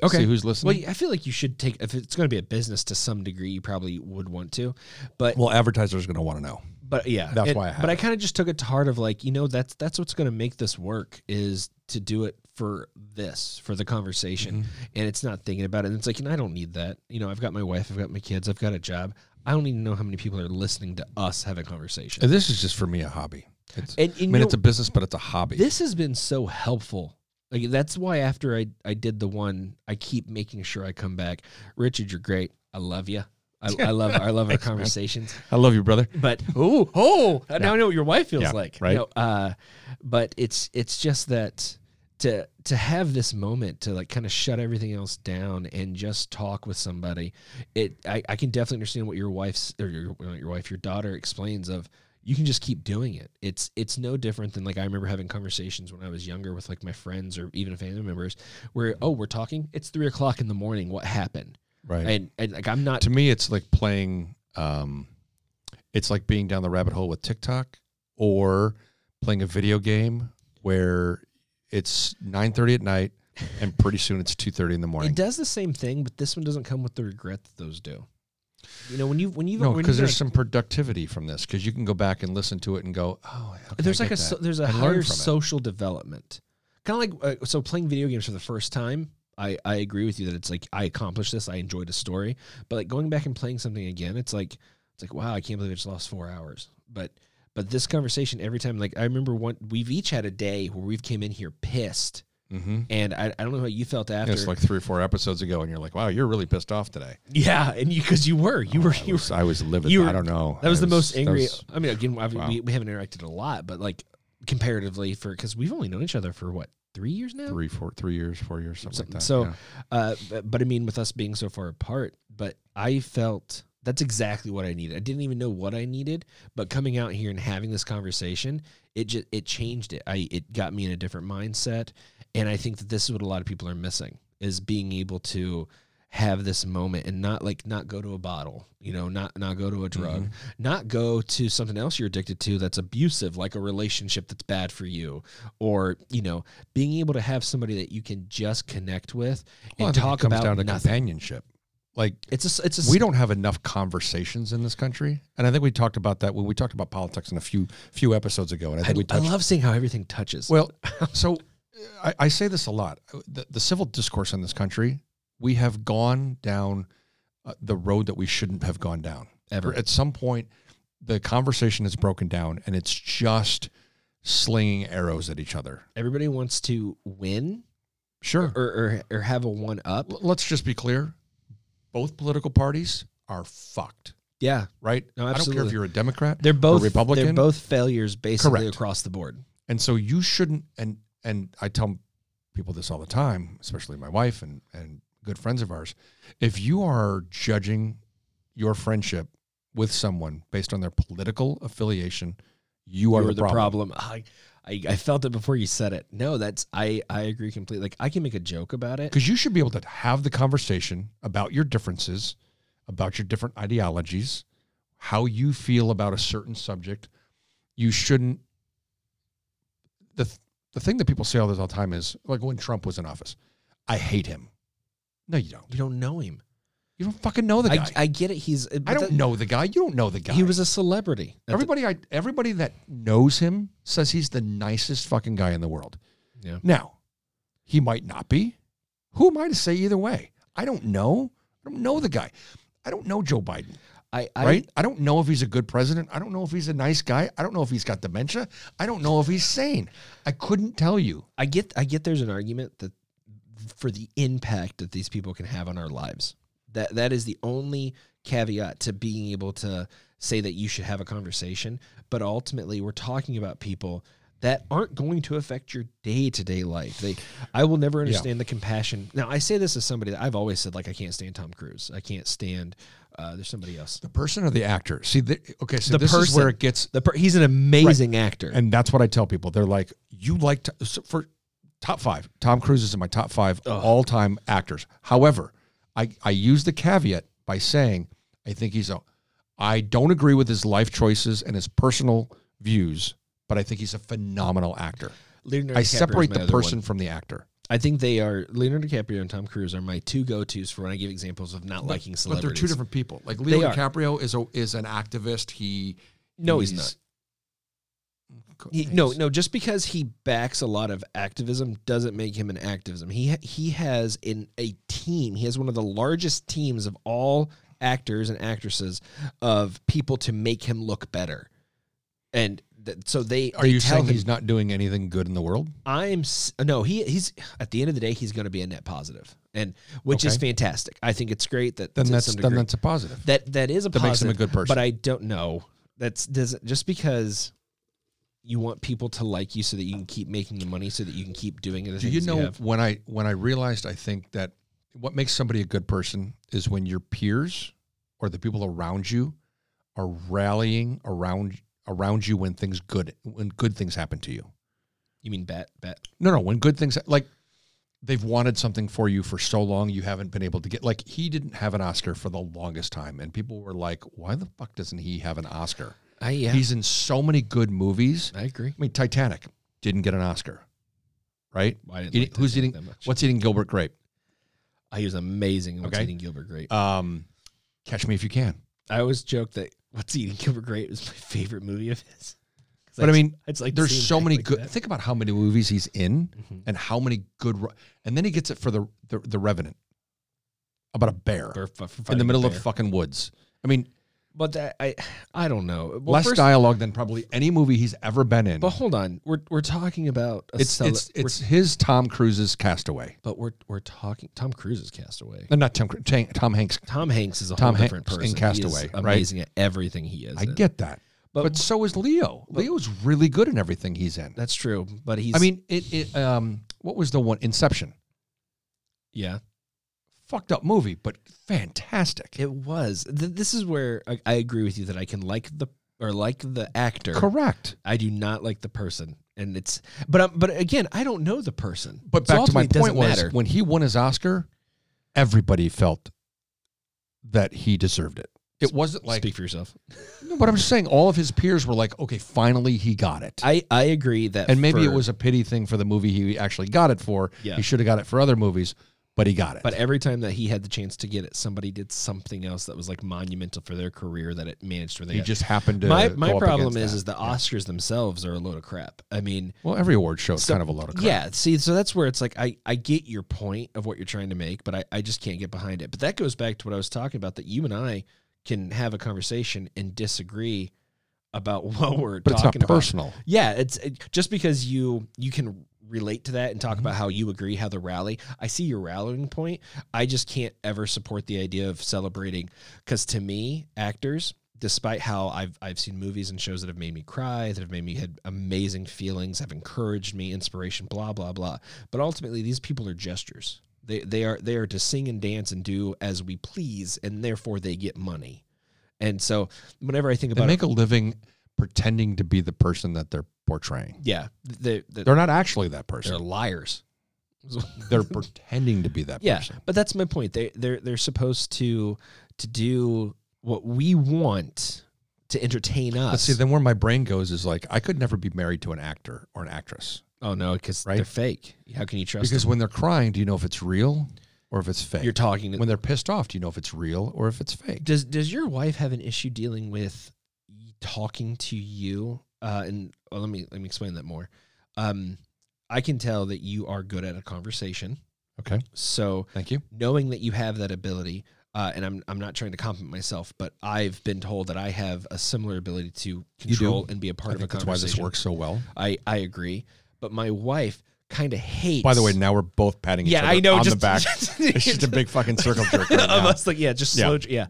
Speaker 3: Okay.
Speaker 2: see who's
Speaker 3: Well,
Speaker 2: listening.
Speaker 3: I feel like you should take if it's going to be a business to some degree, you probably would want to, but
Speaker 2: Well, advertisers are going to want to know.
Speaker 3: but yeah,
Speaker 2: That's
Speaker 3: And-
Speaker 2: why I have
Speaker 3: but I
Speaker 2: it.
Speaker 3: kind of just took it to heart of like, you know, that's that's what's going to make this work is to do it for this for the conversation,
Speaker 2: Mm-hmm.
Speaker 3: and it's not thinking about it. And it's like, you know, I don't need that. You know, I've got my wife, I've got my kids, I've got a job. I don't need to know how many people are listening to us have a conversation.
Speaker 2: This is just for me a hobby. It's,
Speaker 3: And- and
Speaker 2: I
Speaker 3: you
Speaker 2: mean,
Speaker 3: know-
Speaker 2: it's a business, but it's a hobby.
Speaker 3: This has been so helpful. Like that's why after I I did the one, I keep making sure I come back. Richard, you're great. I love you. I, I love I love our conversations.
Speaker 2: I love you, brother.
Speaker 3: But oh oh, now I know what your wife feels
Speaker 2: Yeah,
Speaker 3: like.
Speaker 2: right.
Speaker 3: No, uh, but it's it's just that to to have this moment to like kind of shut everything else down and just talk with somebody. It I, I can definitely understand what your wife's or your not your wife your daughter explains of. You can just keep doing it. It's it's no different than like I remember having conversations when I was younger with like my friends or even family members where oh we're talking it's three o'clock in the morning what happened
Speaker 2: Right.
Speaker 3: and and like I'm not
Speaker 2: to me, it's like playing um, it's like being down the rabbit hole with TikTok or playing a video game where it's 9:30 at night and pretty soon it's 2:30 in the morning.
Speaker 3: It does the same thing, but this one doesn't come with the regret that those do. You know, when you when you
Speaker 2: No,
Speaker 3: when
Speaker 2: because
Speaker 3: you've
Speaker 2: there's
Speaker 3: done-
Speaker 2: some productivity from this because you can go back and listen to it and go, oh, okay,
Speaker 3: there's
Speaker 2: I
Speaker 3: like a
Speaker 2: get
Speaker 3: so,
Speaker 2: that.
Speaker 3: there's a
Speaker 2: and learn
Speaker 3: higher
Speaker 2: from it.
Speaker 3: social development, kind of like uh, so playing video games for the first time. I I agree with you that it's like I accomplished this, I enjoyed a story, but like going back and playing something again, it's like it's like wow, I can't believe I just lost four hours. But but this conversation every time, like I remember one, we've each had a day where we've came in here pissed,
Speaker 2: Mhm.
Speaker 3: and I, I don't know how you felt
Speaker 2: Yeah,
Speaker 3: after.
Speaker 2: It's like three or four episodes ago, and you're like, wow, you're really pissed off today.
Speaker 3: yeah, and you because you were you were
Speaker 2: I
Speaker 3: you were
Speaker 2: was, I was livid.
Speaker 3: you were-
Speaker 2: I don't know.
Speaker 3: That was
Speaker 2: I
Speaker 3: the most
Speaker 2: that
Speaker 3: angry.
Speaker 2: was-
Speaker 3: I mean, again, I've-
Speaker 2: Wow.
Speaker 3: we, we haven't interacted a lot, but like comparatively, for because we've only known each other for what three years now.
Speaker 2: three, four, three years, four years, something,
Speaker 3: Something.
Speaker 2: like that.
Speaker 3: So,
Speaker 2: yeah.
Speaker 3: Uh, but, but I mean, with us being so far apart, but I felt that's exactly what I needed. I didn't even know what I needed, but coming out here and having this conversation, it just it changed it. I it got me in a different mindset, and I think that this is what a lot of people are missing is being able to have this moment and not like not go to a bottle, you know, not not go to a drug, not go to something else you're addicted to that's abusive, like a relationship that's bad for you, or you know, being able to have somebody that you can just connect with
Speaker 2: Well, I
Speaker 3: and
Speaker 2: think
Speaker 3: talk
Speaker 2: it comes
Speaker 3: about
Speaker 2: down to
Speaker 3: nothing.
Speaker 2: companionship. Like
Speaker 3: It's a s- it's a s-
Speaker 2: we don't have enough conversations in this country, and I think we talked about that when we talked about politics in a few few episodes ago. And I
Speaker 3: I,
Speaker 2: think we
Speaker 3: I
Speaker 2: touched.
Speaker 3: love seeing how everything touches.
Speaker 2: well, so I, I say this a lot. The, the civil discourse in this country, we have gone down uh, the road that we shouldn't have gone down.
Speaker 3: Ever.
Speaker 2: At some point, the conversation is broken down, and it's just slinging arrows at each other.
Speaker 3: Everybody wants to win
Speaker 2: Sure.
Speaker 3: or or, or have a one up.
Speaker 2: L- let's just be clear both political parties are fucked
Speaker 3: Yeah,
Speaker 2: right
Speaker 3: No,
Speaker 2: i don't care
Speaker 3: absolutely.
Speaker 2: if you're a democrat
Speaker 3: they're both
Speaker 2: Republican?
Speaker 3: They're both failures basically
Speaker 2: Correct.
Speaker 3: across the board.
Speaker 2: and so you shouldn't and and i tell people this all the time especially my wife and and good friends of ours if you are judging your friendship with someone based on their political affiliation you are
Speaker 3: you
Speaker 2: the, problem.
Speaker 3: I, I, I felt it before you said it. No, that's I, I agree completely. Like I can make a joke about it.
Speaker 2: Because you should be able to have the conversation about your differences, about your different ideologies, how you feel about a certain subject. You shouldn't. The, th- the thing that people say all this all the time is like when Trump was in office, I hate him. No, you don't.
Speaker 3: You don't know him.
Speaker 2: You don't fucking know the guy.
Speaker 3: I, I get it. He's but
Speaker 2: I, don't
Speaker 3: that-
Speaker 2: know the guy. You don't know the guy.
Speaker 3: He was a celebrity. At the-
Speaker 2: everybody. I, everybody that knows him says he's the nicest fucking guy in the world.
Speaker 3: yeah.
Speaker 2: Now, he might not be. Who am I to say either way? I don't know. I don't know the guy. I don't know Joe Biden,
Speaker 3: I, I
Speaker 2: right? I don't know if he's a good president. I don't know if he's a nice guy. I don't know if he's got dementia. I don't know if he's sane. I couldn't tell you.
Speaker 3: I get I get there's an argument that for the impact that these people can have on our lives. That that is the only caveat to being able to say that you should have a conversation, but ultimately we're talking about people that aren't going to affect your day-to-day life. They I will never understand the compassion. Now, I say this as somebody that I've always said like I can't stand Tom Cruise. I can't stand uh, there's somebody else.
Speaker 2: The person or the actor? See, the, okay, so
Speaker 3: The
Speaker 2: this is
Speaker 3: person.
Speaker 2: where it gets
Speaker 3: The per- he's an amazing actor.
Speaker 2: And that's what I tell people. They're like, you like to, so for top five. Tom Cruise is in my top five all time actors. However, I, I use the caveat by saying I think he's a. I don't agree with his life choices and his personal views, but I think he's a phenomenal actor.
Speaker 3: Leonardo
Speaker 2: I
Speaker 3: DiCaprio is
Speaker 2: separate
Speaker 3: my
Speaker 2: the
Speaker 3: other one.
Speaker 2: person from the actor.
Speaker 3: I think they are Leonardo DiCaprio and Tom Cruise are my two go tos for when I give examples of not liking
Speaker 2: But
Speaker 3: celebrities.
Speaker 2: they're two different people. Like
Speaker 3: They
Speaker 2: Leo
Speaker 3: are.
Speaker 2: DiCaprio is a, is an activist. He Oh,
Speaker 3: No, he's not. He- no, no. Just because he backs a lot of activism doesn't make him an activism. He he has in a team. He has one of the largest teams of all actors and actresses of people to make him look better. And th- so they
Speaker 2: Are
Speaker 3: they
Speaker 2: you
Speaker 3: tell
Speaker 2: saying
Speaker 3: him,
Speaker 2: he's not doing anything good in the world?
Speaker 3: I'm s- no, he he's at the end of the day he's going to be a net positive, and which is
Speaker 2: Okay.
Speaker 3: fantastic. I think it's great that
Speaker 2: Then
Speaker 3: to
Speaker 2: that's
Speaker 3: some
Speaker 2: then
Speaker 3: degree-
Speaker 2: that's a positive.
Speaker 3: That that is a
Speaker 2: That makes him
Speaker 3: positive,
Speaker 2: a good person.
Speaker 3: But I don't know. That's doesn't just because you want people to like you so that you can keep making the money so that you can keep doing it.
Speaker 2: Do you know when I when I realized I think that what makes somebody a good person is when your peers or the people around you are rallying around around you when things good when good things happen to you.
Speaker 3: you mean bet bet?
Speaker 2: No, no, when good things like they've wanted something for you for so long you haven't been able to get like he didn't have an oscar for the longest time and people were like why the fuck doesn't he have an oscar
Speaker 3: I yeah.
Speaker 2: he's in so many good movies
Speaker 3: I agree.
Speaker 2: i mean titanic didn't get an oscar right
Speaker 3: Well, I didn't
Speaker 2: Eating-
Speaker 3: like
Speaker 2: who's
Speaker 3: Titanic
Speaker 2: eating
Speaker 3: that much.
Speaker 2: what's eating gilbert grape
Speaker 3: I he was amazing. in What's
Speaker 2: Okay.
Speaker 3: eating Gilbert Grape?
Speaker 2: um catch me if you can
Speaker 3: I always joke that What's Eating Gilbert Grape is my favorite movie of his. 'Cause
Speaker 2: But I
Speaker 3: just-
Speaker 2: mean,
Speaker 3: I'd like to see
Speaker 2: there's
Speaker 3: him
Speaker 2: so
Speaker 3: act
Speaker 2: many
Speaker 3: like
Speaker 2: good
Speaker 3: that.
Speaker 2: think about how many movies he's in
Speaker 3: Mhm.
Speaker 2: and how many good ro- and then he gets it for the the, the revenant about a bear
Speaker 3: For- for- for
Speaker 2: in the
Speaker 3: fighting
Speaker 2: middle of
Speaker 3: bear.
Speaker 2: fucking woods i mean
Speaker 3: But that, I, I don't know. Well,
Speaker 2: less
Speaker 3: first-
Speaker 2: dialogue than probably any movie he's ever been in
Speaker 3: But hold on, we're we're talking about a
Speaker 2: it's
Speaker 3: cele-
Speaker 2: it's
Speaker 3: we're-
Speaker 2: it's his Tom Cruise's Castaway.
Speaker 3: but we're we're talking Tom Cruise's Castaway.
Speaker 2: No, not Tom Cruise, Tan- Tom Hanks.
Speaker 3: Tom Hanks is a
Speaker 2: Tom
Speaker 3: whole different
Speaker 2: Hanks in
Speaker 3: person. He is
Speaker 2: Castaway, right?
Speaker 3: amazing at everything he is.
Speaker 2: I
Speaker 3: in.
Speaker 2: get that, but,
Speaker 3: But-
Speaker 2: so is Leo. Leo's really good in everything he's in.
Speaker 3: that's true. But he's
Speaker 2: I mean, it, it. Um, what was the one Inception?
Speaker 3: yeah,
Speaker 2: Fucked up movie, but fantastic.
Speaker 3: it was. Th- this is where I, I agree with you that I can like the or like the actor.
Speaker 2: Correct.
Speaker 3: I do not like the person, and it's but um, but again, I don't know the person.
Speaker 2: But
Speaker 3: So
Speaker 2: back to my
Speaker 3: ultimately, it doesn't
Speaker 2: point was
Speaker 3: matter.
Speaker 2: when he won his Oscar, everybody felt that he deserved it. It wasn't like,
Speaker 3: speak for yourself.
Speaker 2: no, but I'm just saying, all of his peers were like, okay, finally he got it.
Speaker 3: I I agree that
Speaker 2: and maybe it
Speaker 3: for-
Speaker 2: was a pity thing for the movie he actually got it for.
Speaker 3: Yeah.
Speaker 2: He should have got it for other movies, but he got it.
Speaker 3: But every time that he had the chance to get it, somebody did something else that was like monumental for their career that it managed where they
Speaker 2: he
Speaker 3: got-
Speaker 2: just happened to.
Speaker 3: my
Speaker 2: go
Speaker 3: my
Speaker 2: up
Speaker 3: problem
Speaker 2: against
Speaker 3: is
Speaker 2: that.
Speaker 3: is the Oscars themselves are a load of crap. I mean,
Speaker 2: well, every award show is
Speaker 3: So-
Speaker 2: kind of a load of crap.
Speaker 3: yeah, see, so that's where it's like I I get your point of what you're trying to make, but I I just can't get behind it. But that goes back to what I was talking about that you and I can have a conversation and disagree about what we're
Speaker 2: but it's not
Speaker 3: talking about.
Speaker 2: personal.
Speaker 3: Yeah, it's it, just because you you can relate to that and talk about how you agree, how the rally. I see your rallying point. I just can't ever support the idea of celebrating because to me, actors, despite how I've I've seen movies and shows that have made me cry, that have made me had amazing feelings, have encouraged me, inspiration, blah blah blah. But ultimately, these people are gestures. They they are they are to sing and dance and do as we please, and therefore they get money. And so, whenever I think
Speaker 2: They
Speaker 3: about it,
Speaker 2: make a living pretending to be the person that they're portraying.
Speaker 3: yeah, they, they,
Speaker 2: They're not actually that
Speaker 3: they're
Speaker 2: person.
Speaker 3: liars.
Speaker 2: They're pretending to be that
Speaker 3: yeah,
Speaker 2: person.
Speaker 3: but that's my point. They they're they're supposed to to do what we want to entertain us.
Speaker 2: But see, then where my brain goes is like, I could never be married to an actor or an actress
Speaker 3: oh no, because
Speaker 2: Right?
Speaker 3: they're fake. How can you trust?
Speaker 2: because
Speaker 3: them?
Speaker 2: when they're crying, do you know if it's real or if it's fake?
Speaker 3: you're talking to
Speaker 2: when they're pissed off, do you know if it's real or if it's fake?
Speaker 3: does does your wife have an issue dealing with y- talking to you? Uh, and well, let me let me explain that more. Um, I can tell that you are good at a conversation.
Speaker 2: Okay,
Speaker 3: So
Speaker 2: thank you.
Speaker 3: knowing that you have that ability, uh, and I'm I'm not trying to compliment myself, but I've been told that I have a similar ability
Speaker 2: do.
Speaker 3: to control and be a
Speaker 2: I
Speaker 3: part of a
Speaker 2: think that's why
Speaker 3: conversation.
Speaker 2: this works so well.
Speaker 3: I I agree, but my wife kind of hates.
Speaker 2: By the way, now we're both patting each
Speaker 3: yeah,
Speaker 2: other
Speaker 3: I know.
Speaker 2: on
Speaker 3: just
Speaker 2: the back. it's just a big fucking circle jerk. Right
Speaker 3: of
Speaker 2: now.
Speaker 3: us, like yeah, just
Speaker 2: Yeah.
Speaker 3: slow. Yeah,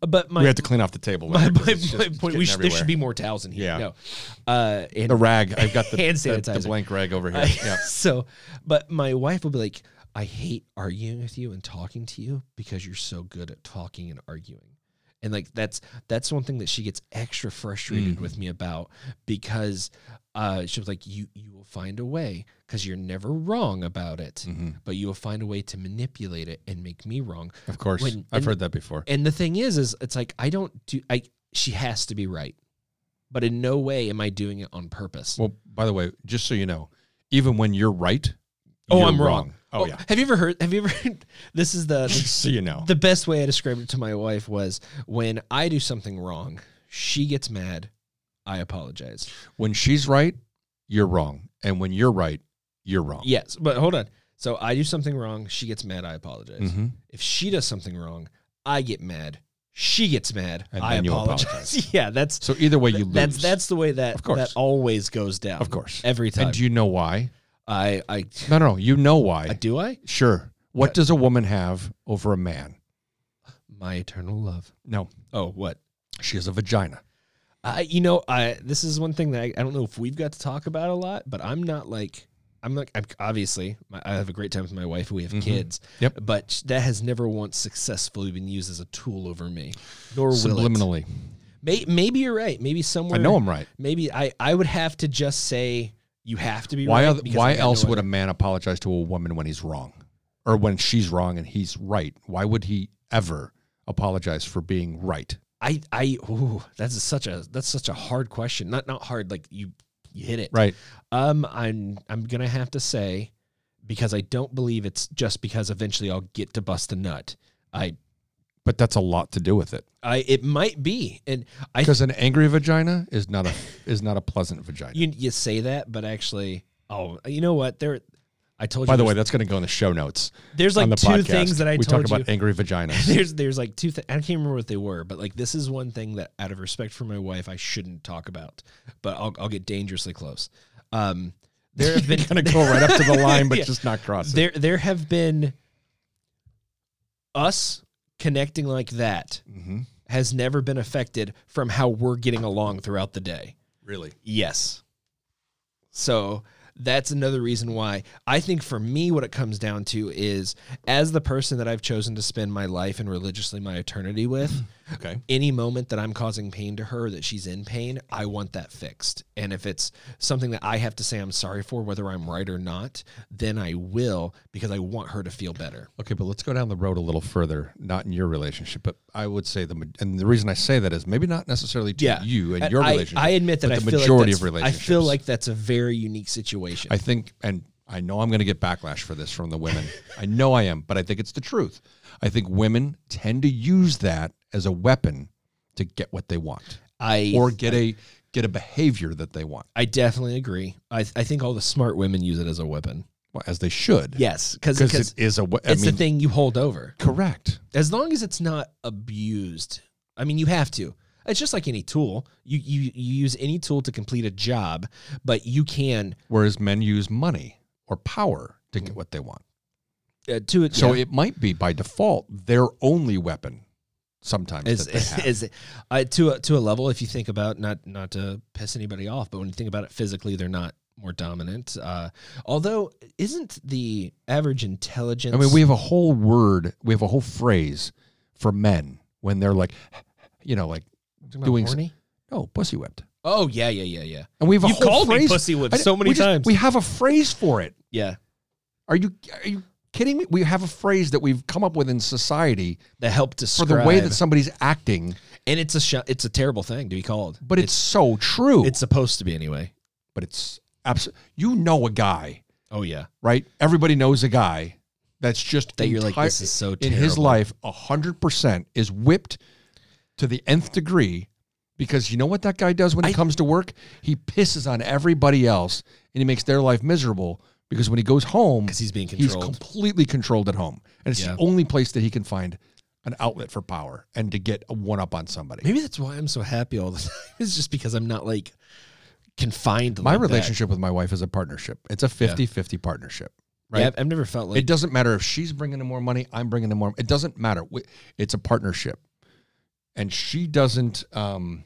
Speaker 3: but my
Speaker 2: we have to clean off the table.
Speaker 3: my,
Speaker 2: later 'cause
Speaker 3: my-
Speaker 2: it's just
Speaker 3: my point. We
Speaker 2: getting
Speaker 3: should, there should
Speaker 2: everywhere.
Speaker 3: be more towels in here.
Speaker 2: Yeah.
Speaker 3: No, uh, and
Speaker 2: the rag. I've got the,
Speaker 3: Hand
Speaker 2: the, the
Speaker 3: sanitizer.
Speaker 2: blank rag over here.
Speaker 3: I-
Speaker 2: yeah.
Speaker 3: So, but my wife will be like, I hate arguing with you and talking to you because you're so good at talking and arguing. And like that's that's one thing that she gets extra
Speaker 2: Mm-hmm.
Speaker 3: frustrated with me about because uh, she was like, you you will find a way because you're never wrong about it,
Speaker 2: Mm-hmm.
Speaker 3: but you will find a way to manipulate it and make me wrong.
Speaker 2: Of course.
Speaker 3: When-
Speaker 2: I've
Speaker 3: and-
Speaker 2: heard that before.
Speaker 3: And the thing is, is it's like I don't do I she has to be right, but in no way am I doing it on purpose.
Speaker 2: Well, by the way, just so you know, even when you're right,
Speaker 3: Oh,
Speaker 2: you're
Speaker 3: I'm wrong.
Speaker 2: Oh, yeah.
Speaker 3: Have you ever heard? Have you ever? this is the
Speaker 2: Just so you know.
Speaker 3: the best way I described it to my wife was when I do something wrong, she gets mad. I apologize.
Speaker 2: when she's right, you're wrong. And when you're right, you're wrong.
Speaker 3: Yes, but hold on. So I do something wrong. She gets mad. I apologize.
Speaker 2: Mhm.
Speaker 3: If she does something wrong, I get mad. She gets mad.
Speaker 2: And
Speaker 3: I
Speaker 2: then you
Speaker 3: apologize.
Speaker 2: apologize.
Speaker 3: yeah, that's
Speaker 2: So either way, you lose.
Speaker 3: that's that's the way that
Speaker 2: Of course.
Speaker 3: that always goes down.
Speaker 2: Of course.
Speaker 3: every time.
Speaker 2: And do you know why?
Speaker 3: I I
Speaker 2: No, no, no. You know why.
Speaker 3: do I
Speaker 2: Sure. What does a woman have over a man?
Speaker 3: my eternal love.
Speaker 2: No,
Speaker 3: Oh, what?
Speaker 2: she has a vagina.
Speaker 3: I, you know, I this is one thing that I, I don't know if we've got to talk about a lot, but I'm not like I'm like I'm obviously my, I have a great time with my wife. We have kids,
Speaker 2: Mm-hmm. Yep.
Speaker 3: but sh- that has never once successfully been used as a tool over me, nor will it.
Speaker 2: Subliminally.
Speaker 3: May, maybe you're right. Maybe somewhere
Speaker 2: I know I'm right.
Speaker 3: Maybe I I would have to just say You have to be
Speaker 2: Why
Speaker 3: right
Speaker 2: oth-
Speaker 3: because
Speaker 2: why
Speaker 3: I got
Speaker 2: else
Speaker 3: no
Speaker 2: would a
Speaker 3: other-
Speaker 2: man apologize to a woman when he's wrong or when she's wrong and he's right? Why would he ever apologize for being right?
Speaker 3: I I ooh, that's such a that's such a hard question. Not not hard like you you hit it.
Speaker 2: Right.
Speaker 3: Um I'm I'm going to have to say because I don't believe it's just because eventually I'll get to bust a nut. I
Speaker 2: But that's a lot to do with it.
Speaker 3: I it might be and I
Speaker 2: Because an angry vagina is not a is not a pleasant vagina.
Speaker 3: you you say that but actually oh you know what there I told you
Speaker 2: By the
Speaker 3: there's-
Speaker 2: way, that's going to go in the show notes.
Speaker 3: There's
Speaker 2: on
Speaker 3: like
Speaker 2: the
Speaker 3: two
Speaker 2: podcast.
Speaker 3: things that I
Speaker 2: we
Speaker 3: told
Speaker 2: talk
Speaker 3: you.
Speaker 2: about angry vaginas.
Speaker 3: there's there's like two. Th- I can't remember what they were, but like this is one thing that, out of respect for my wife, I shouldn't talk about. But I'll I'll get dangerously close. Um, there have been
Speaker 2: Going to go right up to the line, but
Speaker 3: Yeah.
Speaker 2: just not cross it.
Speaker 3: there there have been us connecting like that
Speaker 2: Mm-hmm.
Speaker 3: has never been affected from how we're getting along throughout the day.
Speaker 2: Really?
Speaker 3: Yes. So that's another reason why I think for me, what it comes down to is as the person that I've chosen to spend my life and religiously my eternity with,
Speaker 2: Okay.
Speaker 3: any moment that I'm causing pain to her, that she's in pain, I want that fixed. And if it's something that I have to say I'm sorry for, whether I'm right or not, then I will because I want her to feel better.
Speaker 2: Okay, but let's go down the road a little further. Not in your relationship, but I would say the ma- and the reason I say that is maybe not necessarily to
Speaker 3: Yeah.
Speaker 2: you and
Speaker 3: And
Speaker 2: your
Speaker 3: I,
Speaker 2: relationship.
Speaker 3: I admit that
Speaker 2: but
Speaker 3: I
Speaker 2: the
Speaker 3: feel
Speaker 2: majority
Speaker 3: like
Speaker 2: of
Speaker 3: that's- I feel
Speaker 2: relationships.
Speaker 3: like that's a very unique situation.
Speaker 2: I think, and I know I'm going to get backlash for this from the women. I know I am, but I think it's the truth. I think women tend to use that as a weapon to get what they want
Speaker 3: I
Speaker 2: or get a get a behavior that they want,
Speaker 3: I definitely agree. I, I think all the smart women use it as a weapon.
Speaker 2: well, as they should.
Speaker 3: Yes, because
Speaker 2: because
Speaker 3: it's
Speaker 2: it is a. we- I
Speaker 3: the
Speaker 2: mean,
Speaker 3: thing you hold over.
Speaker 2: correct.
Speaker 3: As long as it's not abused, I mean, you have to. It's just like any tool. You you, you use any tool to complete a job, but you can
Speaker 2: Whereas men use money or power to get what they want.
Speaker 3: uh, to it.
Speaker 2: So
Speaker 3: yeah,
Speaker 2: it might be by default their only weapon sometimes
Speaker 3: is
Speaker 2: that they have.
Speaker 3: is uh, to a, to a level. If you think about not not to piss anybody off, but when you think about it physically, they're not more dominant. Uh, although, isn't the average intelligence?
Speaker 2: I mean, we have a whole word, we have a whole phrase for men when they're like, you know, like doing s-
Speaker 3: horny?
Speaker 2: oh, pussy whipped.
Speaker 3: Oh yeah, yeah, yeah, yeah.
Speaker 2: And we have a
Speaker 3: You
Speaker 2: whole
Speaker 3: called me
Speaker 2: phrase.
Speaker 3: pussy whipped
Speaker 2: I-
Speaker 3: so many
Speaker 2: we just-
Speaker 3: times.
Speaker 2: We have a phrase for it.
Speaker 3: Yeah.
Speaker 2: Are you are you kidding me? We have a phrase that we've come up with in society
Speaker 3: that help
Speaker 2: for
Speaker 3: describe
Speaker 2: the way that somebody's acting,
Speaker 3: and it's a sh- it's a terrible thing to be called,
Speaker 2: but it's, so true.
Speaker 3: it's, supposed to be anyway.
Speaker 2: but it's absolutely. You know a guy,
Speaker 3: Oh yeah,
Speaker 2: right? Everybody knows a guy that's just
Speaker 3: that you're like
Speaker 2: entire-
Speaker 3: this is so
Speaker 2: in
Speaker 3: terrible.
Speaker 2: his life, hundred percent is whipped to the nth degree because you know what that guy does when he
Speaker 3: I-
Speaker 2: comes to work? He pisses on everybody else and he makes their life miserable because when he goes home,
Speaker 3: 'Cause he's being
Speaker 2: He's
Speaker 3: controlled.
Speaker 2: completely controlled at home, and it's
Speaker 3: Yeah.
Speaker 2: the only place that he can find an outlet for power and to get a one up on somebody.
Speaker 3: Maybe that's why I'm so happy all the time. It's just because I'm not like confined.
Speaker 2: My
Speaker 3: like that.
Speaker 2: relationship with my wife is a partnership. It's a 50-50 partnership.
Speaker 3: Yeah, I've, I've never felt like
Speaker 2: it doesn't matter if she's bringing in more money i'm bringing in more it doesn't matter We- it's a partnership and she doesn't um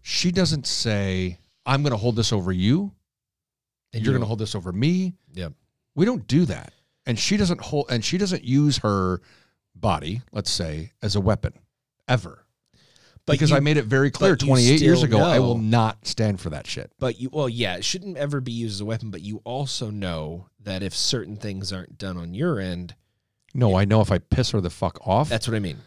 Speaker 2: she doesn't say i'm going to hold this over you and
Speaker 3: And
Speaker 2: you're
Speaker 3: you
Speaker 2: going to
Speaker 3: don't-
Speaker 2: hold this over me
Speaker 3: Yeah.
Speaker 2: we don't do that and she doesn't hold and she doesn't use her body let's say as a weapon ever
Speaker 3: But
Speaker 2: because
Speaker 3: you-
Speaker 2: i made it very clear
Speaker 3: but you
Speaker 2: 28 years
Speaker 3: still
Speaker 2: ago i
Speaker 3: know.
Speaker 2: will not stand for that shit
Speaker 3: But you, well, yeah, it shouldn't ever be used as a weapon. But you also know that if certain things aren't done on your end,
Speaker 2: no i know if i piss her the fuck off
Speaker 3: that's what I mean.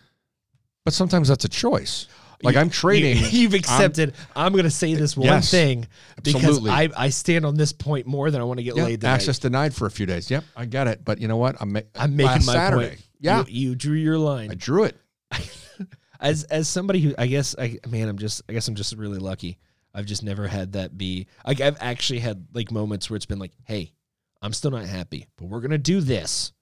Speaker 2: but sometimes that's a choice like i'm trading
Speaker 3: You, have accepted. I'm, going to say this one
Speaker 2: Yes.
Speaker 3: thing because
Speaker 2: Absolutely.
Speaker 3: I, I stand on this point more than I want to get
Speaker 2: Yeah,
Speaker 3: laid. tonight.
Speaker 2: access denied for a few days. Yep, I get it. But you know what? I'm, ma-
Speaker 3: I'm making
Speaker 2: last
Speaker 3: my
Speaker 2: Saturday.
Speaker 3: point.
Speaker 2: Yeah,
Speaker 3: you, you drew your
Speaker 2: I
Speaker 3: line.
Speaker 2: drew it.
Speaker 3: As as somebody who I guess I man, I'm just I guess I'm just really lucky. I've just never had that be. Like I've actually had like moments where it's been like, hey, I'm still not happy, but we're gonna do this,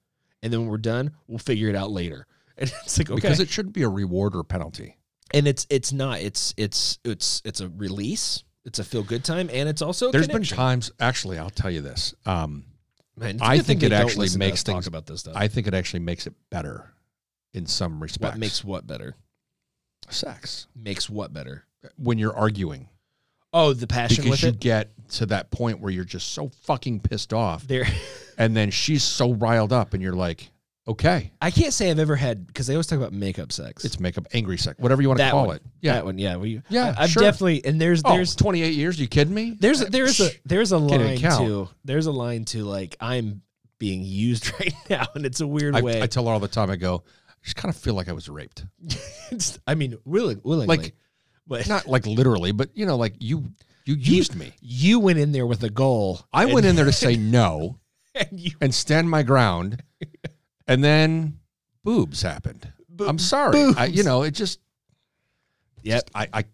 Speaker 3: and then when we're done, we'll figure it out later. And it's like okay,
Speaker 2: Because it shouldn't be a reward or penalty.
Speaker 3: and it's it's not. It's it's it's it's a release. It's a feel good time, and it's also
Speaker 2: There's
Speaker 3: there's been
Speaker 2: been times, actually, I'll tell you this. Um,
Speaker 3: Man, it's a
Speaker 2: I
Speaker 3: good
Speaker 2: think
Speaker 3: thing
Speaker 2: it
Speaker 3: they don't
Speaker 2: actually
Speaker 3: listen to
Speaker 2: makes
Speaker 3: us talk
Speaker 2: things-
Speaker 3: about this stuff.
Speaker 2: I think it actually makes it better in some respects.
Speaker 3: what makes what better?
Speaker 2: sex
Speaker 3: Makes what better?
Speaker 2: when you're arguing
Speaker 3: Oh, the passion
Speaker 2: because
Speaker 3: with
Speaker 2: you
Speaker 3: it.
Speaker 2: get to that point where you're just so fucking pissed off,
Speaker 3: There,
Speaker 2: and then she's so riled up, and you're like, Okay.
Speaker 3: I can't say I've ever had because they always talk about makeup sex.
Speaker 2: It's makeup, angry sex, whatever you want to
Speaker 3: that
Speaker 2: call
Speaker 3: one.
Speaker 2: it. Yeah.
Speaker 3: that one. Yeah, we.
Speaker 2: Yeah,
Speaker 3: I, have
Speaker 2: sure.
Speaker 3: definitely and there's
Speaker 2: Oh,
Speaker 3: there's
Speaker 2: 28 years. You kidding me?
Speaker 3: there's there's a there's a
Speaker 2: even
Speaker 3: line
Speaker 2: count.
Speaker 3: to there's a line to like I'm being used right now and it's a weird
Speaker 2: I,
Speaker 3: way.
Speaker 2: I tell her all the time. I go, I just kind of feel like I was raped.
Speaker 3: It's- I mean, willing, willingly,
Speaker 2: Like,
Speaker 3: but
Speaker 2: Not like literally, but you know, like you you used me.
Speaker 3: you went in there with a goal.
Speaker 2: I went
Speaker 3: and-
Speaker 2: in there to say no
Speaker 3: and you
Speaker 2: and stand my ground, and then boobs happened.
Speaker 3: Bo-
Speaker 2: I'm sorry. I, you
Speaker 3: boobs. Eh.
Speaker 2: know, it just.
Speaker 3: Yep.
Speaker 2: just- I, I,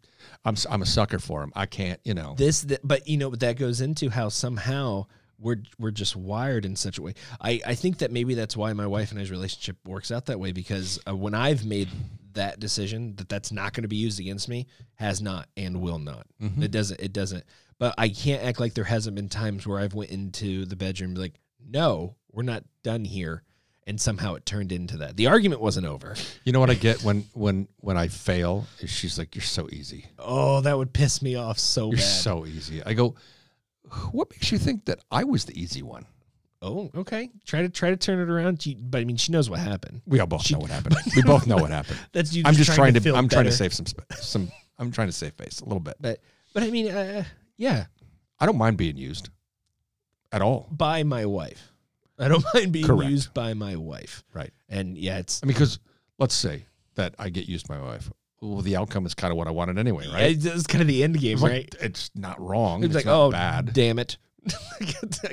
Speaker 2: I'm, s- I'm a sucker for him. I can't. You know.
Speaker 3: this th- but you know but that goes into how somehow we're we're just wired in such a way i i think that maybe that's why my wife and i's relationship works out that way because uh, when i've made that decision that that's not going to be used against me has not and will not
Speaker 2: Mhm.
Speaker 3: it doesn't it doesn't but i can't act like there hasn't been times where i've went into the bedroom like no we're not done here and somehow it turned into that the argument wasn't over
Speaker 2: You know what I get when when when I fail is she's like, "You're so easy.
Speaker 3: oh that would piss me off so
Speaker 2: You're
Speaker 3: bad
Speaker 2: so easy." I go, "What makes you think that I was the easy one?"
Speaker 3: oh okay try to try to turn it around She- but i mean she knows what happened
Speaker 2: We all both know what happened. we both know what happened.
Speaker 3: That's you.
Speaker 2: I'm just trying, to.
Speaker 3: feel
Speaker 2: I'm trying to
Speaker 3: better.
Speaker 2: save some sp- some. I'm trying to save face a little bit.
Speaker 3: but but I mean, uh, yeah,
Speaker 2: I don't mind being used at all.
Speaker 3: by my wife. I don't mind being
Speaker 2: Correct.
Speaker 3: used by my wife,
Speaker 2: Right.
Speaker 3: and yeah, it's
Speaker 2: I mean, because let's say that I get used by my wife. Well, the outcome is kind of what I wanted anyway,
Speaker 3: yeah,
Speaker 2: right?
Speaker 3: it's, it's kind of the end game,
Speaker 2: It's, like,
Speaker 3: right?
Speaker 2: it's not wrong.
Speaker 3: It's,
Speaker 2: It's,
Speaker 3: like,
Speaker 2: not
Speaker 3: oh,
Speaker 2: bad.
Speaker 3: damn it! I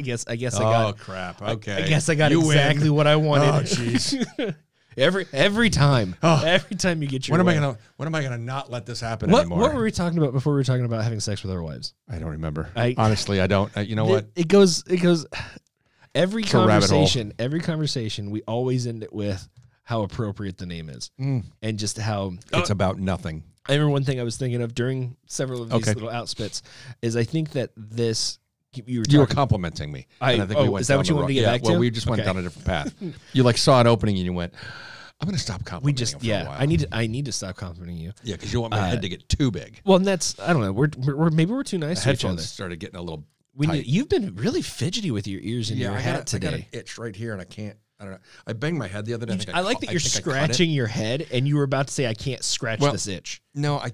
Speaker 3: guess I guess I got.
Speaker 2: Oh, crap.
Speaker 3: I- I, guess I got
Speaker 2: You win.
Speaker 3: exactly what I wanted.
Speaker 2: Oh, jeez.
Speaker 3: every every time,
Speaker 2: Oh.
Speaker 3: every time you get your.
Speaker 2: When am I
Speaker 3: way.
Speaker 2: gonna? When am I gonna not let this happen
Speaker 3: What
Speaker 2: anymore?
Speaker 3: what were we talking about before we were talking about having sex with our wives?
Speaker 2: I don't remember.
Speaker 3: I-
Speaker 2: Honestly, I don't. I, you know
Speaker 3: It-
Speaker 2: what?
Speaker 3: It, goes it goes every
Speaker 2: a rabbit hole.
Speaker 3: conversation, every conversation we always end it with how appropriate the name is
Speaker 2: Mm. Oh.
Speaker 3: and just how
Speaker 2: It's about nothing.
Speaker 3: I remember one thing I was thinking of during several of these
Speaker 2: Okay.
Speaker 3: little outspits is I think that this you were
Speaker 2: You were
Speaker 3: talking-
Speaker 2: complimenting me.
Speaker 3: I-
Speaker 2: and
Speaker 3: oh, is that
Speaker 2: down
Speaker 3: what
Speaker 2: the
Speaker 3: you wanted to
Speaker 2: road-
Speaker 3: get
Speaker 2: yeah,
Speaker 3: back
Speaker 2: well,
Speaker 3: to?
Speaker 2: we just went
Speaker 3: Okay.
Speaker 2: down a different path. you like saw an opening and you went, "I'm going to stop complimenting."
Speaker 3: we just
Speaker 2: him for a
Speaker 3: yeah
Speaker 2: while."
Speaker 3: I need to, I need to stop complimenting you.
Speaker 2: yeah, because you want my
Speaker 3: uh,
Speaker 2: head to get too big.
Speaker 3: Well, and that's I don't know. We're, we're, we're maybe we're too nice to each other.
Speaker 2: Headphones started getting a little.
Speaker 3: When you,
Speaker 2: tight.
Speaker 3: you've been really fidgety with your ears and your
Speaker 2: I
Speaker 3: hat
Speaker 2: got, a- I
Speaker 3: today.
Speaker 2: got an itch right here, and I can't. I don't know. I banged my head the other day.
Speaker 3: You-
Speaker 2: think
Speaker 3: I like
Speaker 2: cu-
Speaker 3: that you're
Speaker 2: think I cut it.
Speaker 3: scratching your head and you were about to say I can't scratch
Speaker 2: Well,
Speaker 3: this itch
Speaker 2: No, I.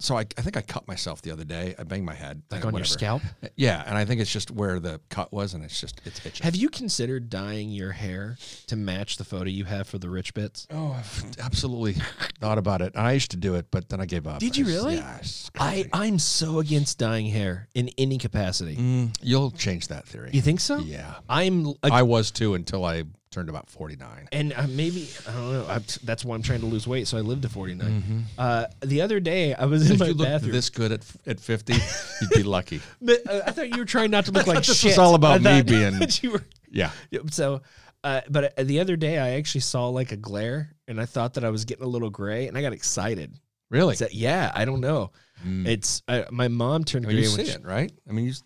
Speaker 2: So I, I think I cut myself the other day. I banged my head
Speaker 3: like
Speaker 2: and
Speaker 3: on your
Speaker 2: whatever.
Speaker 3: scalp.
Speaker 2: Yeah, and I think it's just where the cut was, and it's just it's itching.
Speaker 3: Have you considered dyeing your hair to match the photo you have for the rich bits?
Speaker 2: Oh, I've absolutely thought about it. I used to do it, but then I gave up.
Speaker 3: Did you
Speaker 2: It's-
Speaker 3: really?
Speaker 2: Yeah. it's
Speaker 3: I,
Speaker 2: crazy.
Speaker 3: I'm so against dyeing hair in any capacity.
Speaker 2: Mm, you'll change that theory.
Speaker 3: You think so?
Speaker 2: yeah.
Speaker 3: I'm ag-
Speaker 2: I was too until I turned about 49.
Speaker 3: and uh, maybe I don't know. I, that's why I'm trying to lose weight, so I live to 49. Uh, the other day, I was in
Speaker 2: If
Speaker 3: my
Speaker 2: Mm-hmm. you looked
Speaker 3: bathroom.
Speaker 2: this good at, at 50, you'd be lucky.
Speaker 3: But, uh, I thought you were trying not to look
Speaker 2: thought
Speaker 3: like
Speaker 2: this was
Speaker 3: shit.
Speaker 2: all about
Speaker 3: I
Speaker 2: me
Speaker 3: thought
Speaker 2: being-
Speaker 3: that you were-
Speaker 2: Yeah.
Speaker 3: Yep, So, uh, but uh, the other day, I actually saw like a glare, and I thought that I was getting a little gray, and I got excited.
Speaker 2: Really?
Speaker 3: Is that- yeah, I don't know.
Speaker 2: Mm.
Speaker 3: It's uh, my mom turned
Speaker 2: I
Speaker 3: gray.
Speaker 2: mean, you
Speaker 3: when
Speaker 2: see
Speaker 3: she-
Speaker 2: it, right? I mean, you, s-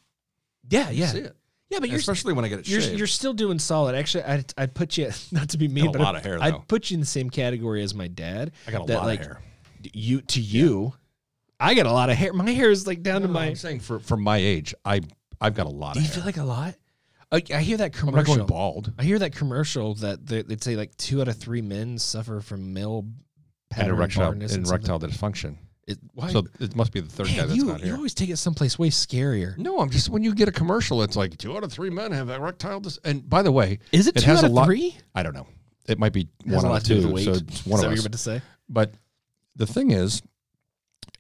Speaker 3: Yeah,
Speaker 2: you
Speaker 3: yeah,
Speaker 2: see it.
Speaker 3: yeah. But you're
Speaker 2: Especially when I get it
Speaker 3: you're,
Speaker 2: shaved.
Speaker 3: you're still doing solid. Actually, I'd, I'd put you not to be mean,
Speaker 2: Got a
Speaker 3: but
Speaker 2: lot
Speaker 3: I'd,
Speaker 2: of hair, though.
Speaker 3: I'd put you in the same category as my dad.
Speaker 2: I got a
Speaker 3: that,
Speaker 2: lot
Speaker 3: like,
Speaker 2: of hair.
Speaker 3: d- You to you, I got a lot of hair. My hair is like down to
Speaker 2: No,
Speaker 3: my.
Speaker 2: I'm saying for, for my age, I, I've got a lot
Speaker 3: do
Speaker 2: of
Speaker 3: you
Speaker 2: hair.
Speaker 3: feel like a lot? I, I hear that
Speaker 2: I'm not going
Speaker 3: commercial.
Speaker 2: bald.
Speaker 3: I hear that commercial that they, they'd say like two out of three men suffer from male
Speaker 2: And
Speaker 3: pattern
Speaker 2: erectile, and
Speaker 3: barrenness and something.
Speaker 2: erectile dysfunction.
Speaker 3: It, why?
Speaker 2: So it must be the third guy
Speaker 3: man,
Speaker 2: that's
Speaker 3: you,
Speaker 2: not
Speaker 3: you
Speaker 2: here.
Speaker 3: always take it someplace way scarier.
Speaker 2: No, I'm just when you get a commercial, it's like two out of three men have erectile dis- And by the way,
Speaker 3: Is it,
Speaker 2: It
Speaker 3: two
Speaker 2: has
Speaker 3: out
Speaker 2: a
Speaker 3: of
Speaker 2: lot-
Speaker 3: three?
Speaker 2: I don't know. It might be
Speaker 3: It has
Speaker 2: one
Speaker 3: a
Speaker 2: out
Speaker 3: lot
Speaker 2: of
Speaker 3: to do with
Speaker 2: two.
Speaker 3: weight.
Speaker 2: So it's one
Speaker 3: Is
Speaker 2: of
Speaker 3: that what you're
Speaker 2: us.
Speaker 3: about to say?
Speaker 2: But the thing is,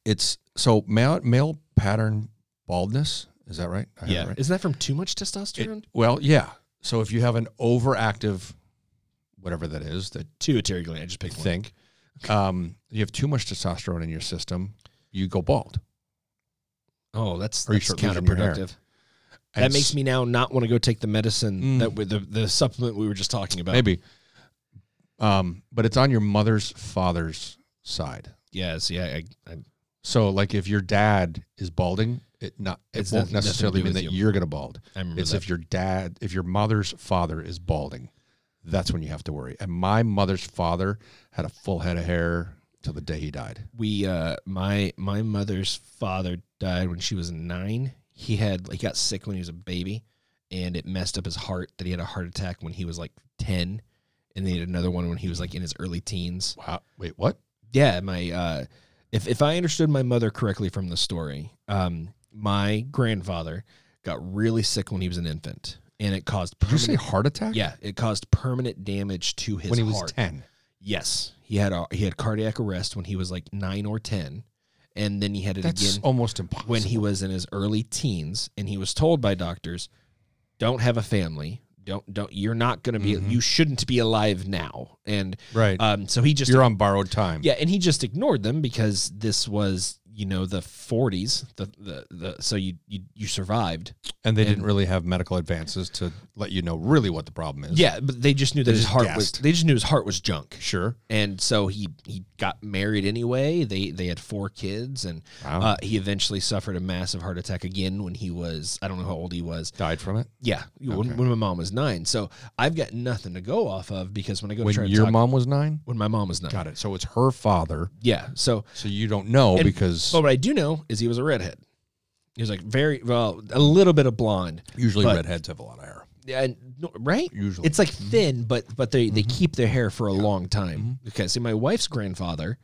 Speaker 2: it's so male, male pattern baldness. Is that right? I have it
Speaker 3: Yeah.
Speaker 2: right?
Speaker 3: Isn't that from too much
Speaker 2: It-
Speaker 3: testosterone?
Speaker 2: well, yeah. So if you have an overactive, whatever that is, that
Speaker 3: Pituitary gland. I just
Speaker 2: you
Speaker 3: picked one.
Speaker 2: think, um, you have too much testosterone in your system, you go bald.
Speaker 3: Oh, that's,
Speaker 2: Or you
Speaker 3: that's
Speaker 2: start losing your hair.
Speaker 3: counterproductive.
Speaker 2: And
Speaker 3: That makes me now not want to go take the medicine
Speaker 2: Mm.
Speaker 3: that we, the the supplement we were just talking about.
Speaker 2: maybe. Um, but it's on your mother's father's side.
Speaker 3: Yeah. See, I, I, I
Speaker 2: So, like, if your dad is balding, it not it
Speaker 3: It's
Speaker 2: won't
Speaker 3: noth- nothing to
Speaker 2: necessarily
Speaker 3: do
Speaker 2: mean
Speaker 3: with
Speaker 2: that
Speaker 3: you. Mm-hmm.
Speaker 2: you. are gonna bald.
Speaker 3: I remember
Speaker 2: It's
Speaker 3: that.
Speaker 2: if your dad, if your mother's father is balding, that's when you have to worry. And my mother's father had a full head of hair till the day he died.
Speaker 3: we uh my my mother's father died when she was nine he had he got sick when he was a baby and it messed up his heart that he had a heart attack when he was like 10 and they had another one when he was like in his early teens.
Speaker 2: Wow. Wait, what?
Speaker 3: Yeah, my uh, if if I understood my mother correctly from the story, um, my grandfather got really sick when he was an infant, and it caused
Speaker 2: Did you say
Speaker 3: permanent,
Speaker 2: heart attack?
Speaker 3: yeah, it caused permanent damage to his
Speaker 2: When he was
Speaker 3: heart.
Speaker 2: 10.
Speaker 3: Yes, he had a, he had cardiac arrest when he was like nine or ten, and then he had it
Speaker 2: That's
Speaker 3: again
Speaker 2: almost impossible.
Speaker 3: when he was in his early teens, and he was told by doctors, "Don't have a family. Don't don't. You're not going to be. You shouldn't be alive now." And
Speaker 2: Mm-hmm. Right.
Speaker 3: um, so he just
Speaker 2: You're on borrowed time.
Speaker 3: yeah, and he just ignored them because this was you know the 40s. The the, the so you you you survived.
Speaker 2: And they didn't really have medical advances to let you know really what the problem is.
Speaker 3: Yeah, but they just knew that his
Speaker 2: just
Speaker 3: heart was.
Speaker 2: guessed.
Speaker 3: They just knew his heart was junk.
Speaker 2: Sure.
Speaker 3: and so he he got married anyway. They they had four kids, and
Speaker 2: Wow.
Speaker 3: uh, he eventually suffered a massive heart attack again when he was I don't know how old he was.
Speaker 2: Died from it.
Speaker 3: Yeah, when, when my mom was nine. So I've got nothing to go off of because when I go
Speaker 2: When
Speaker 3: try to
Speaker 2: your
Speaker 3: talk,
Speaker 2: mom was nine?
Speaker 3: when my mom was nine,
Speaker 2: Got it. So it's her father.
Speaker 3: yeah. So
Speaker 2: So you don't know
Speaker 3: And-
Speaker 2: because
Speaker 3: but what I do know is he was a redhead. He was like very well, a little bit of blonde,
Speaker 2: usually
Speaker 3: but-
Speaker 2: redheads have a lot of hair.
Speaker 3: Yeah, and no- right?
Speaker 2: Usually. Mm-hmm.
Speaker 3: it's like thin, but but they they keep their hair for a long time. Okay, so my wife's grandfather,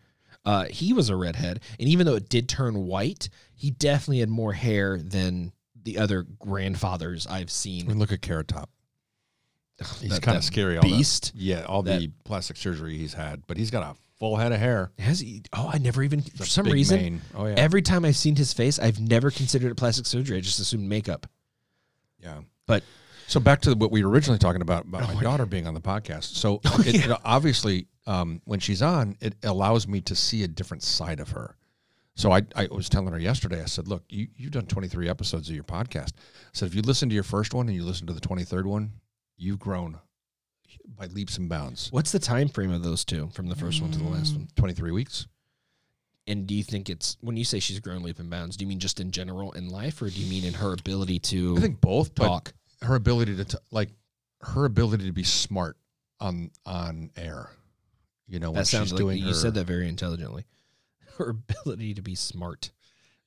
Speaker 3: uh, he was a redhead, and even though it did turn white, he definitely had more hair than the other grandfathers I've
Speaker 2: I mean,
Speaker 3: seen.
Speaker 2: look at Carrot Top. He's
Speaker 3: That-
Speaker 2: kind
Speaker 3: that
Speaker 2: of scary. All that-
Speaker 3: beast.
Speaker 2: yeah, all the
Speaker 3: That-
Speaker 2: plastic surgery he's had, but he's got a full head of hair.
Speaker 3: Has he? Oh, I never even for
Speaker 2: It's a
Speaker 3: some
Speaker 2: big
Speaker 3: reason.
Speaker 2: mane. Oh yeah.
Speaker 3: Every time I've seen his face, I've never considered it plastic surgery. I just assumed makeup.
Speaker 2: yeah.
Speaker 3: But
Speaker 2: So back to what we were originally talking about
Speaker 3: Oh,
Speaker 2: about my daughter being on the podcast. So it, it obviously, um, when she's on, it allows me to see a different side of her. So I, I was telling her yesterday. I said, "Look, you you've done 23 episodes of your podcast. I said if you listen to your first one and you listen to the 23rd one, you've grown by leaps and bounds.
Speaker 3: what's the time frame of those two from the first one to the
Speaker 2: Mm.
Speaker 3: last one?
Speaker 2: 23 weeks.
Speaker 3: And do you think it's when you say she's grown leap and bounds? Do you mean just in general in life, or do you mean in her ability to
Speaker 2: I think both. but
Speaker 3: talk?
Speaker 2: her ability to t- like her ability to be smart on on air. You know, when
Speaker 3: That sounds
Speaker 2: she's
Speaker 3: like
Speaker 2: doing
Speaker 3: you
Speaker 2: her,
Speaker 3: said that very intelligently. Her ability to be smart.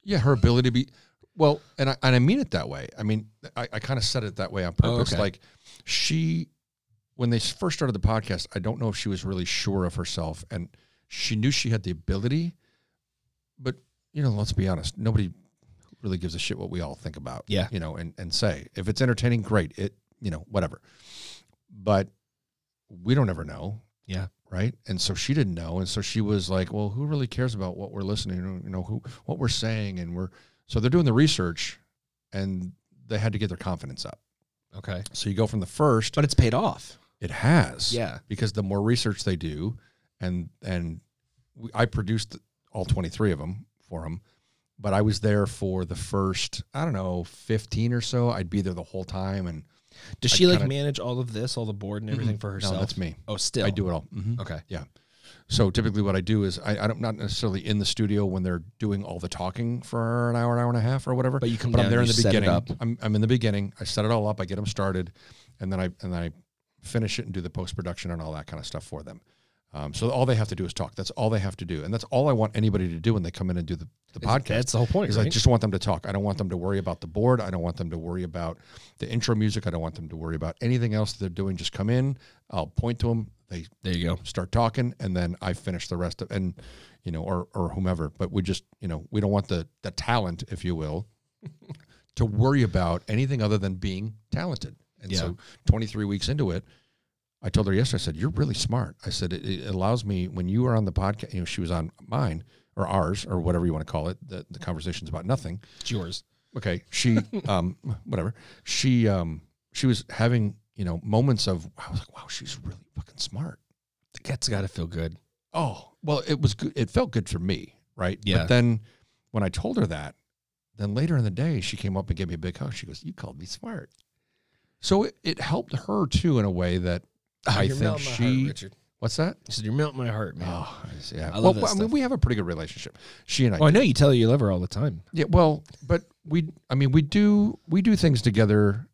Speaker 2: Yeah, her ability to be well, and I and I mean it that way. I mean, I, I kind of said it that way on
Speaker 3: Oh,
Speaker 2: purpose.
Speaker 3: okay.
Speaker 2: Like she, when they first started the podcast, I don't know if she was really sure of herself, and she knew she had the ability, but you know, let's be honest, nobody really gives a shit what we all think about.
Speaker 3: Yeah.
Speaker 2: you know, and and say if it's entertaining, great. It you know whatever, but we don't ever know.
Speaker 3: Yeah.
Speaker 2: Right. And so she didn't know. And so she was like, well, who really cares about what we're listening to, you know, who, what we're saying? And we're, so they're doing the research and they had to get their confidence up.
Speaker 3: Okay.
Speaker 2: So you go from the first,
Speaker 3: But it's paid off.
Speaker 2: it has.
Speaker 3: Yeah.
Speaker 2: Because the more research they do, and, and we, I produced all 23 of them for them, but I was there for the first, I don't know, 15 or so. I'd be there the whole time. And
Speaker 3: Does
Speaker 2: I
Speaker 3: she like
Speaker 2: kinda-
Speaker 3: manage all of this, all the board and everything for herself?
Speaker 2: no, that's me.
Speaker 3: Oh, still.
Speaker 2: I do it all. Mhm.
Speaker 3: Okay.
Speaker 2: So typically, what I do is I, I don't not necessarily in the studio when they're doing all the talking for an hour, an hour and a half, or whatever.
Speaker 3: But you come
Speaker 2: but
Speaker 3: down
Speaker 2: I'm there in
Speaker 3: and
Speaker 2: the
Speaker 3: you set it
Speaker 2: beginning.
Speaker 3: up.
Speaker 2: I'm, I'm in the beginning. I set it all up. I get them started, and then I and then I finish it and do the post production and all that kind of stuff for them. Um, so all they have to do is talk. That's all they have to do, and that's all I want anybody to do when they come in and do the, the podcast.
Speaker 3: That's the whole point.
Speaker 2: Because I
Speaker 3: Right?
Speaker 2: just want them to talk. I don't want them to worry about the board. I don't want them to worry about the intro music. I don't want them to worry about anything else that they're doing. Just come in. I'll point to them. They
Speaker 3: there you go.
Speaker 2: start talking and then I finish the rest of and you know or or whomever but we just you know we don't want the the talent if you will to worry about anything other than being talented and so 23 weeks into it I told her yesterday I said you're really smart I said it, it allows me when you are on the podcast you know she was on mine or ours or whatever you want to call it the, the conversations about nothing
Speaker 3: It's yours.
Speaker 2: okay she um whatever she um she was having you know moments of I was like wow she's really fucking smart
Speaker 3: That's got to feel good.
Speaker 2: Oh, well, it was good. It felt good for me, right?
Speaker 3: Yeah.
Speaker 2: But then when I told her that, then later in the day, she came up and gave me a big hug. She goes, You called me smart. So it, it helped her too in a way that I
Speaker 3: Ah, You're
Speaker 2: think
Speaker 3: melting my
Speaker 2: she.
Speaker 3: Heart, Richard.
Speaker 2: what's that?
Speaker 3: I said, You're melting my heart, man. Oh,
Speaker 2: Oh, I see. yeah.
Speaker 3: I
Speaker 2: well,
Speaker 3: love that
Speaker 2: I mean,
Speaker 3: stuff.
Speaker 2: we have a pretty good relationship. She and I.
Speaker 3: Oh, I know you tell her you love her all the time.
Speaker 2: Yeah. Well, but we, I mean, we do, we do things together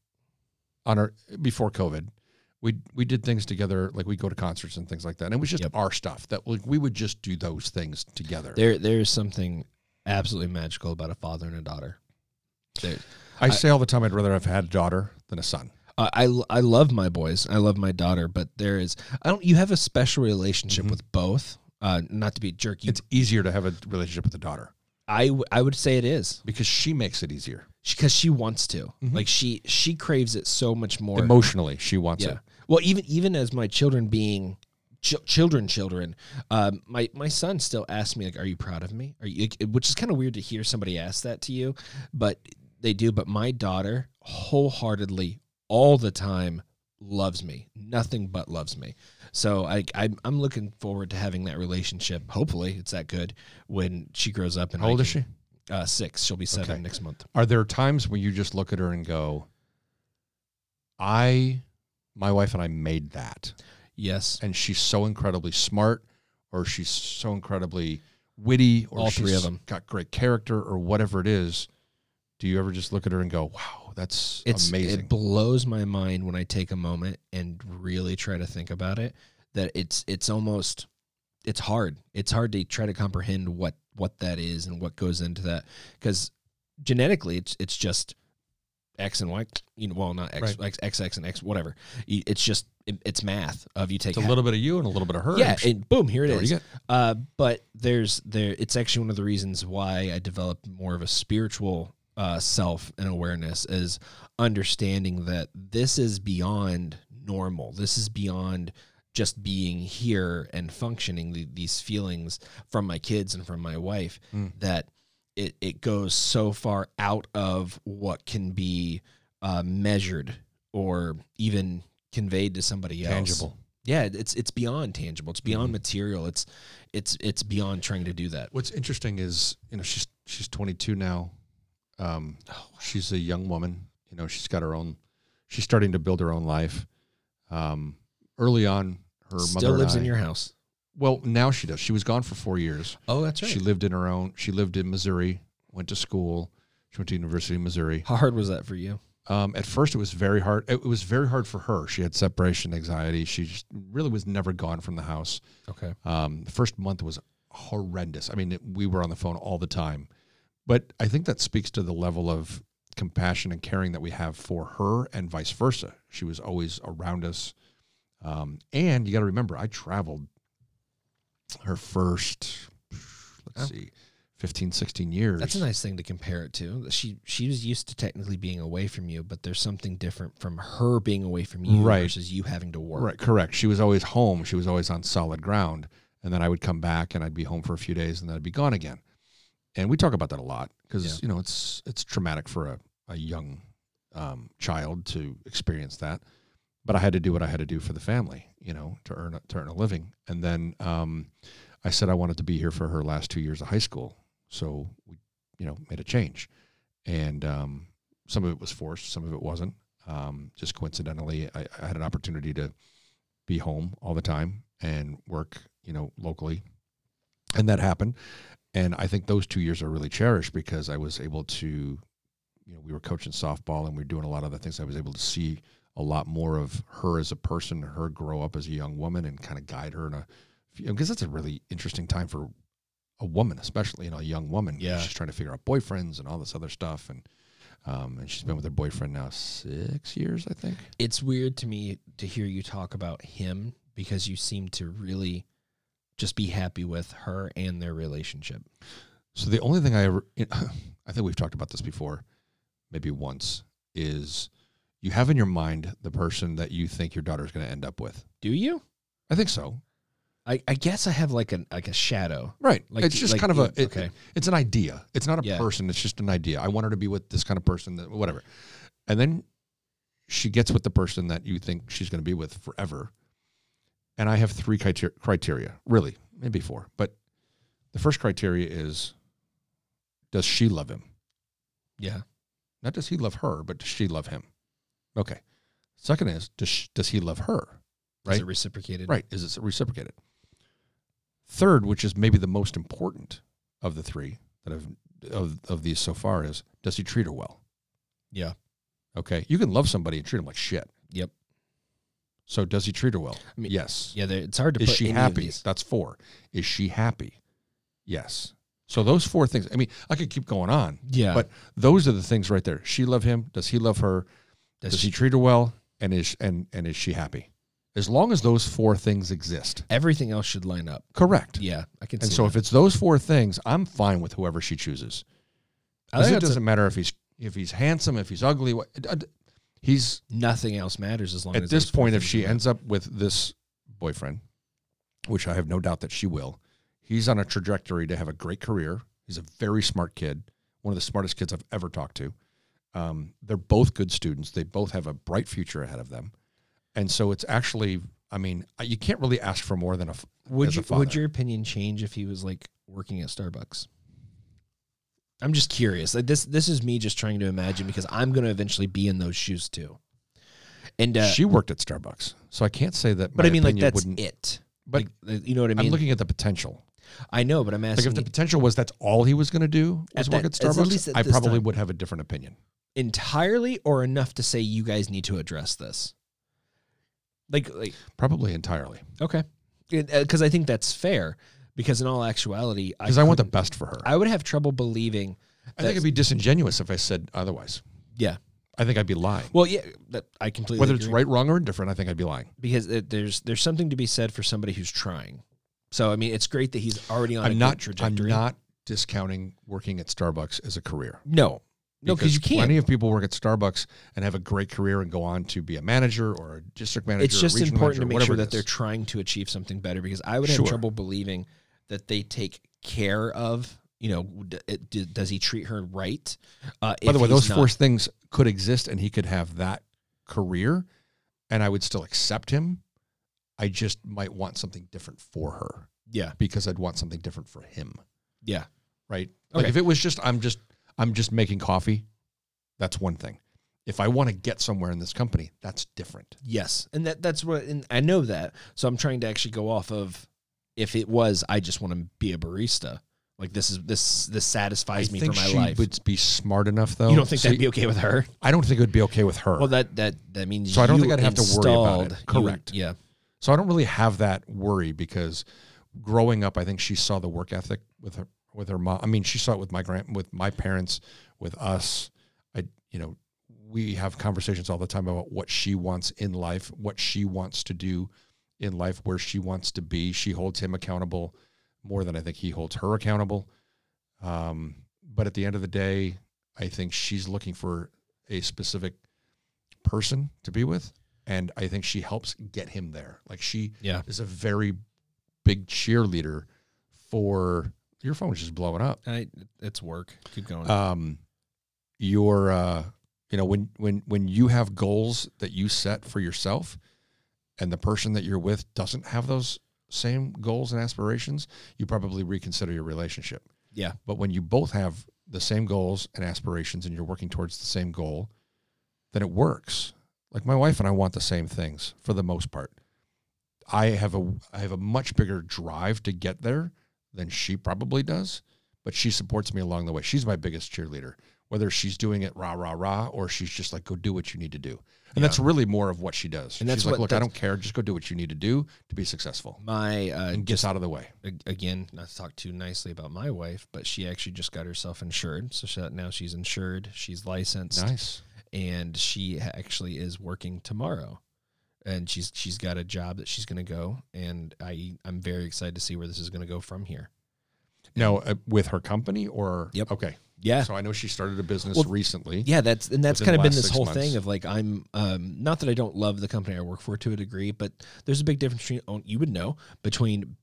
Speaker 2: on our, before COVID. We, we did things together, like we go to concerts and things like that. And it was just
Speaker 3: Yep.
Speaker 2: our stuff that like, we would just do those things together.
Speaker 3: There, There is something absolutely magical about a father and a daughter. There,
Speaker 2: I, say all the time I'd rather have had a daughter than a son.
Speaker 3: Uh, I l- I love my boys. I love my daughter, but there is I don't. You have a special relationship with both. Uh, not to be a jerk. You,
Speaker 2: Mm-hmm. It's easier to have a relationship with a daughter
Speaker 3: I w- I would say it is
Speaker 2: because she makes it easier
Speaker 3: because she wants to. Like she she craves it so much more.
Speaker 2: Mm-hmm. emotionally. She wants
Speaker 3: yeah.
Speaker 2: it.
Speaker 3: Well, even even as my children being ch- children, children, um, my my son still asks me like, "Are you proud of me?" Are you? Which is kind of weird to hear somebody ask that to you, but they do. But my daughter wholeheartedly all the time loves me nothing but loves me so I, I i'm looking forward to having that relationship hopefully it's that good when she grows up and
Speaker 2: How
Speaker 3: I
Speaker 2: old is
Speaker 3: can-
Speaker 2: she?
Speaker 3: uh six she'll be seven
Speaker 2: Okay.
Speaker 3: next month
Speaker 2: Are there times when you just look at her and go, "I, my wife and I made that,"
Speaker 3: yes
Speaker 2: and she's so incredibly smart, or she's so incredibly witty, or
Speaker 3: All
Speaker 2: she's
Speaker 3: three of 'em.
Speaker 2: got great character, or whatever it is. Do you ever just look at her and go, "Wow, that's
Speaker 3: it's
Speaker 2: amazing"?
Speaker 3: it blows my mind when i take a moment and really try to think about it that it's it's almost it's hard it's hard to try to comprehend what what that is and what goes into that because genetically it's it's just x and y you know well not x
Speaker 2: Right.
Speaker 3: x x x and x whatever Y- it's just it- it's math of you take
Speaker 2: it's a little bit of you and a little bit of her.
Speaker 3: yeah
Speaker 2: and
Speaker 3: and boom here it
Speaker 2: there you
Speaker 3: is
Speaker 2: go.
Speaker 3: uh, but there's there. It's actually one of the reasons why I developed more of a spiritual uh, self and awareness is understanding that this is beyond normal. This is beyond just being here and functioning. The, these feelings from my kids and from my wife
Speaker 2: Mm.
Speaker 3: that it it goes so far out of what can be uh, measured or even conveyed to somebody else
Speaker 2: tangible.
Speaker 3: yeah it- it's it's beyond tangible it's
Speaker 2: Mm-hmm.
Speaker 3: beyond material it's it's it's beyond trying to do that
Speaker 2: What's interesting is, you know, she's she's 22 now. Um,
Speaker 3: Oh,
Speaker 2: she's a young woman. You know, she's got her own. She's starting to build her own life. Um, early on, her
Speaker 3: still
Speaker 2: mother
Speaker 3: lives
Speaker 2: and
Speaker 3: in
Speaker 2: I-
Speaker 3: your house
Speaker 2: Well, now she does. She was gone for four years.
Speaker 3: oh that's
Speaker 2: She lived in her own. She lived in Missouri. Went to school. She went to University of Missouri.
Speaker 3: how hard was that for you
Speaker 2: Um, at first, it was very hard. It was very hard for her. She had separation anxiety. She just really was never gone from the house.
Speaker 3: okay
Speaker 2: Um, the first month was horrendous. I mean, it, we were on the phone all the time. But I think that speaks to the level of compassion and caring that we have for her and vice versa. She was always around us. Um, and you got to remember, I traveled her first, let's
Speaker 3: Oh.
Speaker 2: see, 15, 16 years.
Speaker 3: that's a nice thing to compare it to that she she was used to technically being away from you but there's something different from her being away from you
Speaker 2: Right.
Speaker 3: versus you having to work
Speaker 2: Right, correct. She was always home. She was always on solid ground. And then I would come back and I'd be home for a few days and then I'd be gone again. And we talk about that a lot because
Speaker 3: Yeah.
Speaker 2: you know it's it's traumatic for a, a young um, child to experience that. But I had to do what I had to do for the family, you know, to earn a, to earn a living. And then um, I said I wanted to be here for her last two years of high school, so we you know made a change. And um, some of it was forced, some of it wasn't. Um, just coincidentally, I, I had an opportunity to be home all the time and work, you know, locally. And that happened. And I think those two years are really cherished because I was able to, you know, we were coaching softball and we were doing a lot of the things. I was able to see a lot more of her as a person, her grow up as a young woman and kind of guide her in a, you know, because that's a really interesting time for a woman, especially, you know, a young woman.
Speaker 3: Yeah.
Speaker 2: She's trying to figure out boyfriends and all this other stuff. And, um, and she's been with her boyfriend now six years, I think.
Speaker 3: it's weird to me to hear you talk about him because you seem to really just be happy with her and their relationship
Speaker 2: So the only thing I ever, I think we've talked about this before, maybe once, is you have in your mind the person that you think your daughter's going to end up with.
Speaker 3: do you
Speaker 2: I think so.
Speaker 3: I, I guess I have like an like a shadow
Speaker 2: Right.
Speaker 3: Like-
Speaker 2: it's just
Speaker 3: like
Speaker 2: kind of a,
Speaker 3: you-
Speaker 2: it-
Speaker 3: okay.
Speaker 2: it's an idea. It's not a
Speaker 3: Yeah.
Speaker 2: person. It's just an idea. I want her to be with this kind of person, that, whatever. And then she gets with the person that you think she's going to be with forever. And I have three criter- criteria, really, maybe four. But the first criteria is does she love him?
Speaker 3: yeah
Speaker 2: Not does he love her, but does she love him? Okay. Second is does sh does he love her?
Speaker 3: is
Speaker 2: Right.
Speaker 3: it reciprocated
Speaker 2: Right. Is it reciprocated? Third, which is maybe the most important of the three that have of of these so far, is does he treat her well?
Speaker 3: yeah
Speaker 2: Okay. You can love somebody and treat them like shit.
Speaker 3: Yep.
Speaker 2: So does he treat her well?
Speaker 3: I mean,
Speaker 2: yes.
Speaker 3: Yeah, there- it's hard to
Speaker 2: Is
Speaker 3: put
Speaker 2: she
Speaker 3: any of
Speaker 2: happy?
Speaker 3: these.
Speaker 2: That's four. Is she happy? Yes. So those four things. I mean, I could keep going on,
Speaker 3: Yeah,
Speaker 2: but those are the things right there. She love him. Does he love her?
Speaker 3: does,
Speaker 2: Does
Speaker 3: she,
Speaker 2: he treat her well? and is and and is she happy? As long as those four things exist,
Speaker 3: Everything else should line up.
Speaker 2: correct.
Speaker 3: Yeah, I can.
Speaker 2: And
Speaker 3: see
Speaker 2: so
Speaker 3: that.
Speaker 2: if it's those four things, I'm fine with whoever she chooses.
Speaker 3: I think
Speaker 2: it
Speaker 3: that's a-
Speaker 2: doesn't matter if he's if he's handsome, if he's ugly. What, it- it- he's
Speaker 3: nothing else matters as long
Speaker 2: at
Speaker 3: as
Speaker 2: this
Speaker 3: those four
Speaker 2: point, if
Speaker 3: things
Speaker 2: she
Speaker 3: line up.
Speaker 2: ends up with this boyfriend, which I have no doubt that she will, he's on a trajectory to have a great career. He's a very smart kid, one of the smartest kids I've ever talked to. Um, they're both good students. They both have a bright future ahead of them, and so it's actually, I mean, you can't really ask for more than a. f-
Speaker 3: Would
Speaker 2: as a
Speaker 3: you, would
Speaker 2: father.
Speaker 3: your opinion change if he was like working at Starbucks? I'm just curious. Like this this is me just trying to imagine because I'm going to eventually be in those shoes too. And uh,
Speaker 2: She worked at Starbucks, so I can't say that.
Speaker 3: but
Speaker 2: my
Speaker 3: I mean like
Speaker 2: opinion
Speaker 3: that's
Speaker 2: wouldn't,
Speaker 3: it.
Speaker 2: But
Speaker 3: Like, uh, you know what I
Speaker 2: I
Speaker 3: mean?
Speaker 2: am looking at the potential.
Speaker 3: I know, but I'm
Speaker 2: Like
Speaker 3: asking
Speaker 2: if the potential was that's all he was going to do was
Speaker 3: At
Speaker 2: work at
Speaker 3: that- it's at least
Speaker 2: Starbucks,
Speaker 3: at
Speaker 2: I
Speaker 3: this
Speaker 2: probably
Speaker 3: time.
Speaker 2: would have a different opinion.
Speaker 3: entirely or enough to say you guys need to address this. Like like
Speaker 2: Probably entirely
Speaker 3: okay. Cuz uh, I think that's fair because in all actuality I
Speaker 2: because I, want the
Speaker 3: couldn't-
Speaker 2: best for her. I,
Speaker 3: I would have trouble believing
Speaker 2: think it'd be disingenuous if I said otherwise.
Speaker 3: yeah.
Speaker 2: I think I'd be lying.
Speaker 3: Well, yeah, that I completely
Speaker 2: Whether it's
Speaker 3: agree.
Speaker 2: right, wrong, or indifferent, I think I'd be lying.
Speaker 3: because it, there's there's something to be said for somebody who's trying. So I mean, it's great that he's already on a
Speaker 2: I'm
Speaker 3: good
Speaker 2: not. I'm
Speaker 3: trajectory.
Speaker 2: not discounting working at Starbucks as a career.
Speaker 3: No, no, because you can't.
Speaker 2: Plenty of people work at Starbucks and have a great career and go on to be a manager or a district manager.
Speaker 3: it's
Speaker 2: or
Speaker 3: just
Speaker 2: regional
Speaker 3: important
Speaker 2: manager,
Speaker 3: to make
Speaker 2: whatever
Speaker 3: sure
Speaker 2: it
Speaker 3: that
Speaker 2: is.
Speaker 3: they're trying to achieve something better. Because I would have
Speaker 2: Sure.
Speaker 3: trouble believing that they take care of. You know, d- it- d- does he treat her right? Uh,
Speaker 2: By the
Speaker 3: if
Speaker 2: way,
Speaker 3: he's
Speaker 2: those four
Speaker 3: not-
Speaker 2: things could exist, and he could have that career, and I would still accept him. I just might want something different for her
Speaker 3: Yeah,
Speaker 2: because I'd want something different for him,
Speaker 3: yeah,
Speaker 2: right? Like
Speaker 3: Okay.
Speaker 2: if it was just I'm just I'm just making coffee, that's one thing. If I want to get somewhere in this company, that's different.
Speaker 3: yes, and that that's what, and I know that. So I'm trying to actually go off of if it was, I just want to be a barista. Like this is this this satisfies me for my
Speaker 2: she
Speaker 3: life.
Speaker 2: would be smart enough though.
Speaker 3: you don't think
Speaker 2: so
Speaker 3: that'd be okay with her?
Speaker 2: I don't think it would be okay with her.
Speaker 3: Well, that that that means.
Speaker 2: So I don't
Speaker 3: you
Speaker 2: think I'd have to worry about it.
Speaker 3: installed- you would-
Speaker 2: Correct.
Speaker 3: yeah.
Speaker 2: So I don't really have that worry because growing up, I think she saw the work ethic with her with her mom. I mean, she saw it with my grand with my parents, with us. I you know we have conversations all the time about what she wants in life, what she wants to do in life, where she wants to be. She holds him accountable more than I think he holds her accountable. Um, but at the end of the day, I think she's looking for a specific person to be with. And I think she helps get him there. Like she
Speaker 3: Yeah.
Speaker 2: is a very big cheerleader for your phone's just blowing up.
Speaker 3: I, it's work. Keep going.
Speaker 2: Um, your, uh, you know, when, when, when you have goals that you set for yourself and the person that you're with doesn't have those same goals and aspirations, you probably reconsider your relationship.
Speaker 3: yeah.
Speaker 2: But when you both have the same goals and aspirations and you're working towards the same goal, then it works. Like my wife and I want the same things for the most part. I have a I have a much bigger drive to get there than she probably does, but she supports me along the way. She's my biggest cheerleader, whether she's doing it rah rah rah or she's just like go do what you need to do. And that's really more of what she does.
Speaker 3: And
Speaker 2: And
Speaker 3: that's
Speaker 2: she's like,
Speaker 3: what-
Speaker 2: look, I
Speaker 3: that's-
Speaker 2: don't care, just go do what you need to do to be successful
Speaker 3: My uh,
Speaker 2: and gets out of the way.
Speaker 3: ag- again, not to talk too nicely about my wife, but she actually just got herself insured. So she, now she's insured. She's licensed,
Speaker 2: Nice.
Speaker 3: and she ha- actually is working tomorrow. And she's she's got a job that she's going to go, and I I'm very excited to see where this is going to go from here.
Speaker 2: No, uh, with her company or
Speaker 3: Yep.
Speaker 2: okay.
Speaker 3: Yeah,
Speaker 2: So I know she started a business
Speaker 3: Eh. Well,
Speaker 2: recently.
Speaker 3: Yeah, that's and that's
Speaker 2: within
Speaker 3: kind
Speaker 2: the
Speaker 3: of been
Speaker 2: last
Speaker 3: this
Speaker 2: six
Speaker 3: whole
Speaker 2: months.
Speaker 3: thing of like I'm um not that I don't love the company I work for to a degree, but there's a big difference between oh, you would know between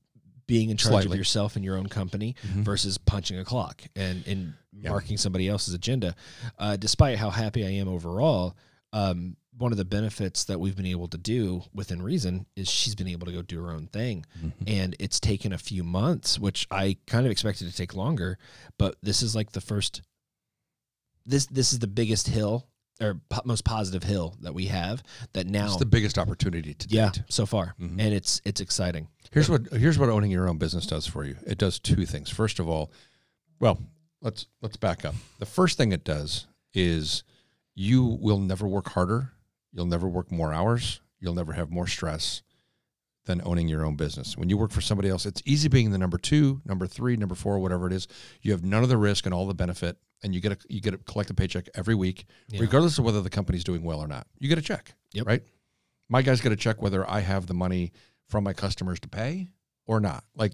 Speaker 3: being in charge
Speaker 2: Slightly.
Speaker 3: of yourself and your own company
Speaker 2: Mm-hmm.
Speaker 3: versus punching a clock and and marking somebody else's agenda. Uh, despite how happy I am overall, um, one of the benefits that we've been able to do within reason is she's been able to go do her own thing,
Speaker 2: Mm-hmm.
Speaker 3: and it's taken a few months, which I kind of expected to take longer, but this is like the first this this is the biggest hill or po- most positive hill that we have that now
Speaker 2: It's the biggest opportunity to
Speaker 3: yeah
Speaker 2: date.
Speaker 3: so far
Speaker 2: Mhm.
Speaker 3: and it's it's exciting
Speaker 2: Here's what here's what owning your own business does for you. It does two things. First of all, well, let's let's back up. The first thing it does is you will never work harder, you'll never work more hours, you'll never have more stress. than owning your own business. When you work for somebody else, it's easy being the number two, number three, number four, whatever it is. You have none of the risk and all the benefit, and you get a you get a collect a paycheck every week,
Speaker 3: Yeah.
Speaker 2: regardless of whether the company's doing well or not. You get a check,
Speaker 3: Yep.
Speaker 2: right? My guys get a check whether I have the money from my customers to pay or not. Like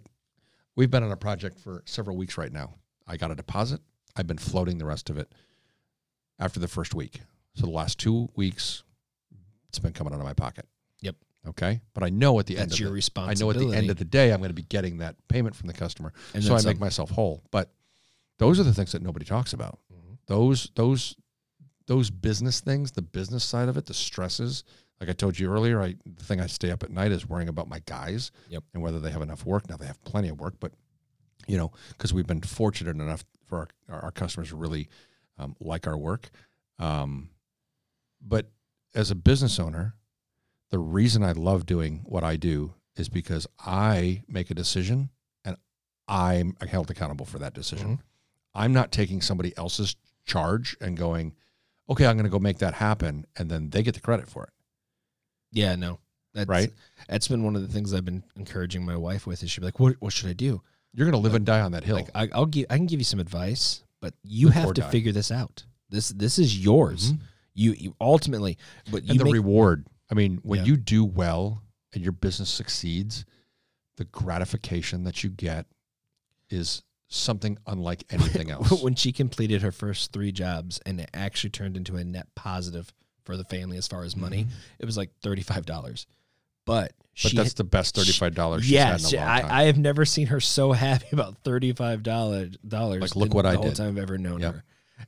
Speaker 2: we've been on a project for several weeks right now. I got a deposit. I've been floating the rest of it after the first week. So the last two weeks, it's been coming out of my pocket.
Speaker 3: Yep.
Speaker 2: Okay. But I know at the end
Speaker 3: That's
Speaker 2: of
Speaker 3: your
Speaker 2: the- I know at
Speaker 3: responsibility.
Speaker 2: the end of the day, I'm going to be getting that payment from the customer.
Speaker 3: And
Speaker 2: so
Speaker 3: then
Speaker 2: I
Speaker 3: some.
Speaker 2: make myself whole. But those are the things that nobody talks about.
Speaker 3: Mhm.
Speaker 2: Those, those, those business things, the business side of it, the stresses. Like I told you earlier, I the thing I stay up at night is worrying about my guys
Speaker 3: Yep.
Speaker 2: and whether they have enough work. Now they have plenty of work, but you know, because we've been fortunate enough for our, our customers to really um, like our work. Um, but as a business owner, the reason I love doing what I do is because I make a decision and I'm held accountable for that decision.
Speaker 3: Mm-hmm.
Speaker 2: I'm not taking somebody else's charge and going, okay, I'm going to go make that happen. And then they get the credit for it.
Speaker 3: Yeah, no. That's,
Speaker 2: Right?
Speaker 3: That's been one of the things I've been encouraging my wife with. Is she'll be like, "What? What should I do?
Speaker 2: You're going to live and die on that hill.
Speaker 3: Like, I, I'll give. I can give you some advice, but you
Speaker 2: Live or
Speaker 3: have to
Speaker 2: die.
Speaker 3: figure this out. This this is yours. You, you ultimately, but you
Speaker 2: Mm-hmm. and the
Speaker 3: make,
Speaker 2: reward. I mean, when
Speaker 3: Yeah.
Speaker 2: you do well and your business succeeds, the gratification that you get is something unlike anything else.
Speaker 3: when she completed her first three jobs and it actually turned into a net positive for the family as far as money. It was like thirty five dollars, but
Speaker 2: Mm-hmm. but
Speaker 3: she
Speaker 2: that's the best thirty-five dollars she's
Speaker 3: yes,
Speaker 2: had in a long time.
Speaker 3: I, I have never seen her so happy about thirty five dollars. Dollars.
Speaker 2: Like, look what
Speaker 3: the
Speaker 2: I
Speaker 3: whole
Speaker 2: did.
Speaker 3: time I've ever known
Speaker 2: Yep.
Speaker 3: her.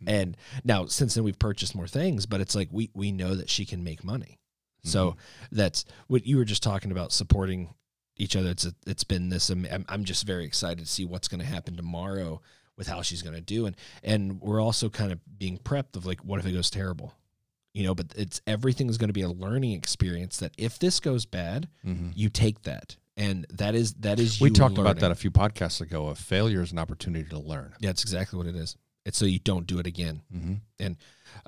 Speaker 3: And now since then we've purchased more things, but it's like we we know that she can make money. So
Speaker 2: Mm-hmm.
Speaker 3: that's what you were just talking about supporting each other. It's a, it's been this. am- I'm, I'm just very excited to see what's going to happen tomorrow with how she's going to do, and and we're also kind of being prepped of like, what if it goes terrible, you know? But it's everything is going to be a learning experience. That if this goes bad,
Speaker 2: Mhm.
Speaker 3: you take that and that is that is
Speaker 2: We
Speaker 3: you
Speaker 2: talked about
Speaker 3: learning.
Speaker 2: that a few podcasts ago. A failure is an opportunity to learn.
Speaker 3: yeah, that's exactly what it is it's so you don't do it again
Speaker 2: Mhm.
Speaker 3: and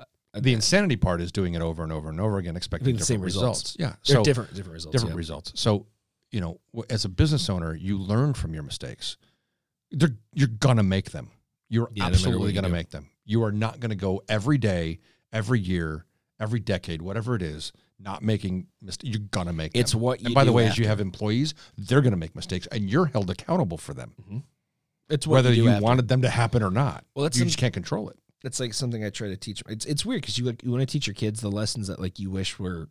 Speaker 3: uh,
Speaker 2: The insanity part is doing it over and over and over again, expecting
Speaker 3: Getting the
Speaker 2: different
Speaker 3: same
Speaker 2: results.
Speaker 3: results.
Speaker 2: Yeah,
Speaker 3: they're
Speaker 2: so
Speaker 3: different different results
Speaker 2: different
Speaker 3: yeah.
Speaker 2: results. So, you know, w- as a business owner, you learn from your mistakes. They're, you're gonna make them. You're
Speaker 3: Yeah, no matter what
Speaker 2: absolutely
Speaker 3: you
Speaker 2: gonna
Speaker 3: do.
Speaker 2: make them. You are not gonna go every day, every year, every decade, whatever it is, not making mistakes. You're gonna make
Speaker 3: it's
Speaker 2: them.
Speaker 3: what you
Speaker 2: And by the
Speaker 3: do
Speaker 2: way, as
Speaker 3: after.
Speaker 2: you have employees, they're gonna make mistakes, and you're held accountable for them,
Speaker 3: Mm-hmm. it's what
Speaker 2: whether
Speaker 3: you,
Speaker 2: you,
Speaker 3: do after.
Speaker 2: wanted them to happen or not.
Speaker 3: Well, that's
Speaker 2: you
Speaker 3: some-
Speaker 2: just can't control it.
Speaker 3: it's like something i try to teach it's it's weird because you like you want to teach your kids the lessons that like you wish were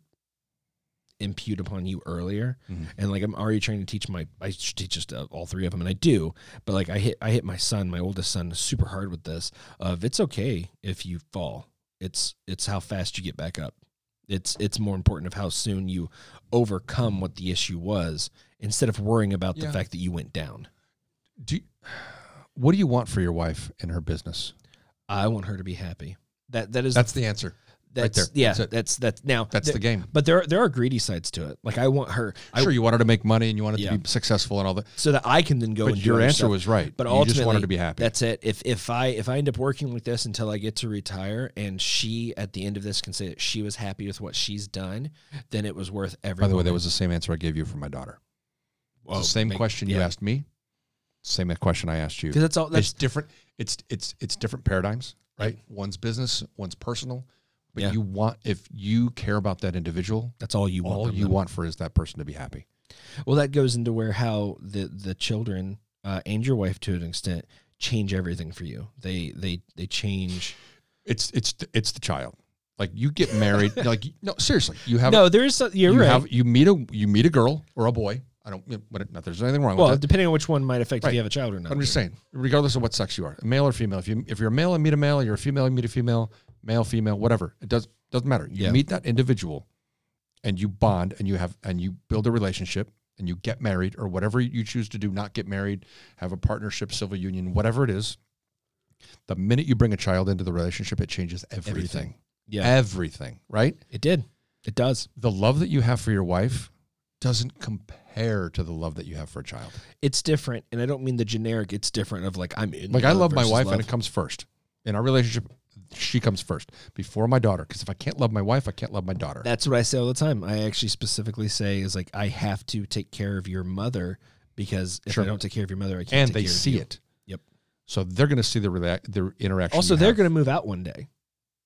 Speaker 3: impute upon you earlier
Speaker 2: Mhm.
Speaker 3: and like i'm already trying to teach my i should teach just uh, all three of them and i do but like i hit i hit my son my oldest son super hard with this of it's okay if you fall it's it's how fast you get back up it's it's more important of how soon you overcome what the issue was instead of worrying about
Speaker 2: Yeah.
Speaker 3: the fact that you went down
Speaker 2: Do you, what do you want for your wife and her business?
Speaker 3: i want her to be happy that that is
Speaker 2: That's the answer.
Speaker 3: that's
Speaker 2: there.
Speaker 3: yeah
Speaker 2: That's it.
Speaker 3: that's that's, now
Speaker 2: That's
Speaker 3: there-
Speaker 2: the game.
Speaker 3: But there, there are greedy sides to it. Like I want her, I,
Speaker 2: Sure, you want her to make money and you want it
Speaker 3: Yeah.
Speaker 2: to be successful and all that.
Speaker 3: so that I can then go.
Speaker 2: But
Speaker 3: and do
Speaker 2: your
Speaker 3: other
Speaker 2: answer
Speaker 3: stuff.
Speaker 2: was right.
Speaker 3: But
Speaker 2: you
Speaker 3: ultimately,
Speaker 2: just want her to be happy.
Speaker 3: That's it. If if I if I end up working like this until I get to retire, and she at the end of this can say that she was happy with what she's done, then it was worth every.
Speaker 2: By the way, that
Speaker 3: moment.
Speaker 2: was the same answer I gave you for my daughter. It's
Speaker 3: Oh,
Speaker 2: the same
Speaker 3: make-
Speaker 2: question you
Speaker 3: yeah.
Speaker 2: asked me. Same question I asked you.
Speaker 3: because that's all.
Speaker 2: It's
Speaker 3: That's
Speaker 2: different. It's it's it's different paradigms, right?
Speaker 3: Yep.
Speaker 2: One's business, one's personal. But
Speaker 3: Yeah.
Speaker 2: you want if you care about that individual,
Speaker 3: that's all you want.
Speaker 2: all
Speaker 3: from
Speaker 2: you
Speaker 3: them.
Speaker 2: want for is that person to be happy.
Speaker 3: Well, that goes into where how the the children uh, and your wife to an extent change everything for you. They they they change.
Speaker 2: It's it's it's the child. Like you get married, like no, seriously, you have
Speaker 3: no, there is some- you're
Speaker 2: you
Speaker 3: right.
Speaker 2: have you meet a you meet a girl or a boy. I don't what- not there's anything wrong with
Speaker 3: well,
Speaker 2: that.
Speaker 3: depending on which one might affect
Speaker 2: Right.
Speaker 3: if you have a child or not.
Speaker 2: I'm just saying, regardless of what sex you are, male or female. If you if you're a male and meet a male, you're a female and meet a female, male female, whatever. It does doesn't matter. You
Speaker 3: Yeah.
Speaker 2: meet that individual, and you bond, and you have and you build a relationship, and you get married or whatever you choose to do. Not get married, have a partnership, civil union, whatever it is. The minute you bring a child into the relationship, it changes everything.
Speaker 3: Everything. Yeah,
Speaker 2: Everything, right?
Speaker 3: it did. It does.
Speaker 2: The love that you have for your wife doesn't compare to the love that you have for a child.
Speaker 3: it's different, and I don't mean the generic. It's different of like I'm in
Speaker 2: Like I love
Speaker 3: love
Speaker 2: my
Speaker 3: versus
Speaker 2: wife,
Speaker 3: love.
Speaker 2: and it comes first in our relationship. she comes first before my daughter. Because if I can't love my wife, I can't love my daughter.
Speaker 3: That's what I say all the time. I actually specifically say is like I have to take care of your mother because if
Speaker 2: Sure.
Speaker 3: I don't take care of your mother, I can't.
Speaker 2: and
Speaker 3: take
Speaker 2: they
Speaker 3: care of
Speaker 2: see
Speaker 3: you.
Speaker 2: it,
Speaker 3: Yep.
Speaker 2: so they're going to see the rela- the interaction.
Speaker 3: Also,
Speaker 2: you
Speaker 3: they're
Speaker 2: have.
Speaker 3: going to move out one day,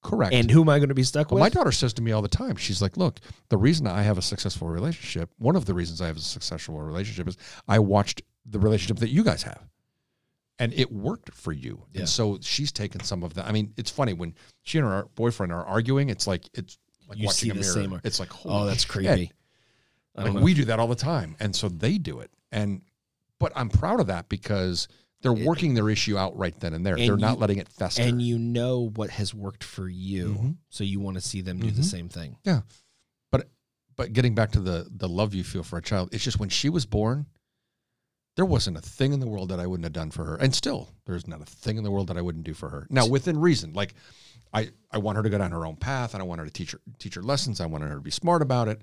Speaker 2: correct.
Speaker 3: and who am I going to be stuck
Speaker 2: Well,
Speaker 3: with?
Speaker 2: my daughter says to me all the time, she's like, "Look, the reason I have a successful relationship, one of the reasons I have a successful relationship is I watched the relationship that you guys have, and it worked for you."
Speaker 3: Yeah.
Speaker 2: And so she's taken some of that. I mean, it's funny when she and her boyfriend are arguing. It's like it's like
Speaker 3: You
Speaker 2: watching
Speaker 3: see
Speaker 2: a
Speaker 3: the
Speaker 2: mirror.
Speaker 3: same ar-
Speaker 2: It's like, holy
Speaker 3: Oh, that's
Speaker 2: shit.
Speaker 3: creepy. I
Speaker 2: Like
Speaker 3: don't know.
Speaker 2: we do that all the time, and so they do it. And but I'm proud of that because they're
Speaker 3: It-
Speaker 2: working their issue out right then and there.
Speaker 3: And
Speaker 2: they're not
Speaker 3: you-
Speaker 2: letting it fester.
Speaker 3: and you know what has worked for you,
Speaker 2: Mhm.
Speaker 3: so you want to see them do the
Speaker 2: Mhm.
Speaker 3: same thing.
Speaker 2: but getting back to the the love you feel for a child, it's just when she was born, there wasn't a thing in the world that I wouldn't have done for her, and still there's not a thing in the world that I wouldn't do for her. Now, within reason, like I I want her to go down her own path, and I want her to teach her teach her lessons. I want her to be smart about it.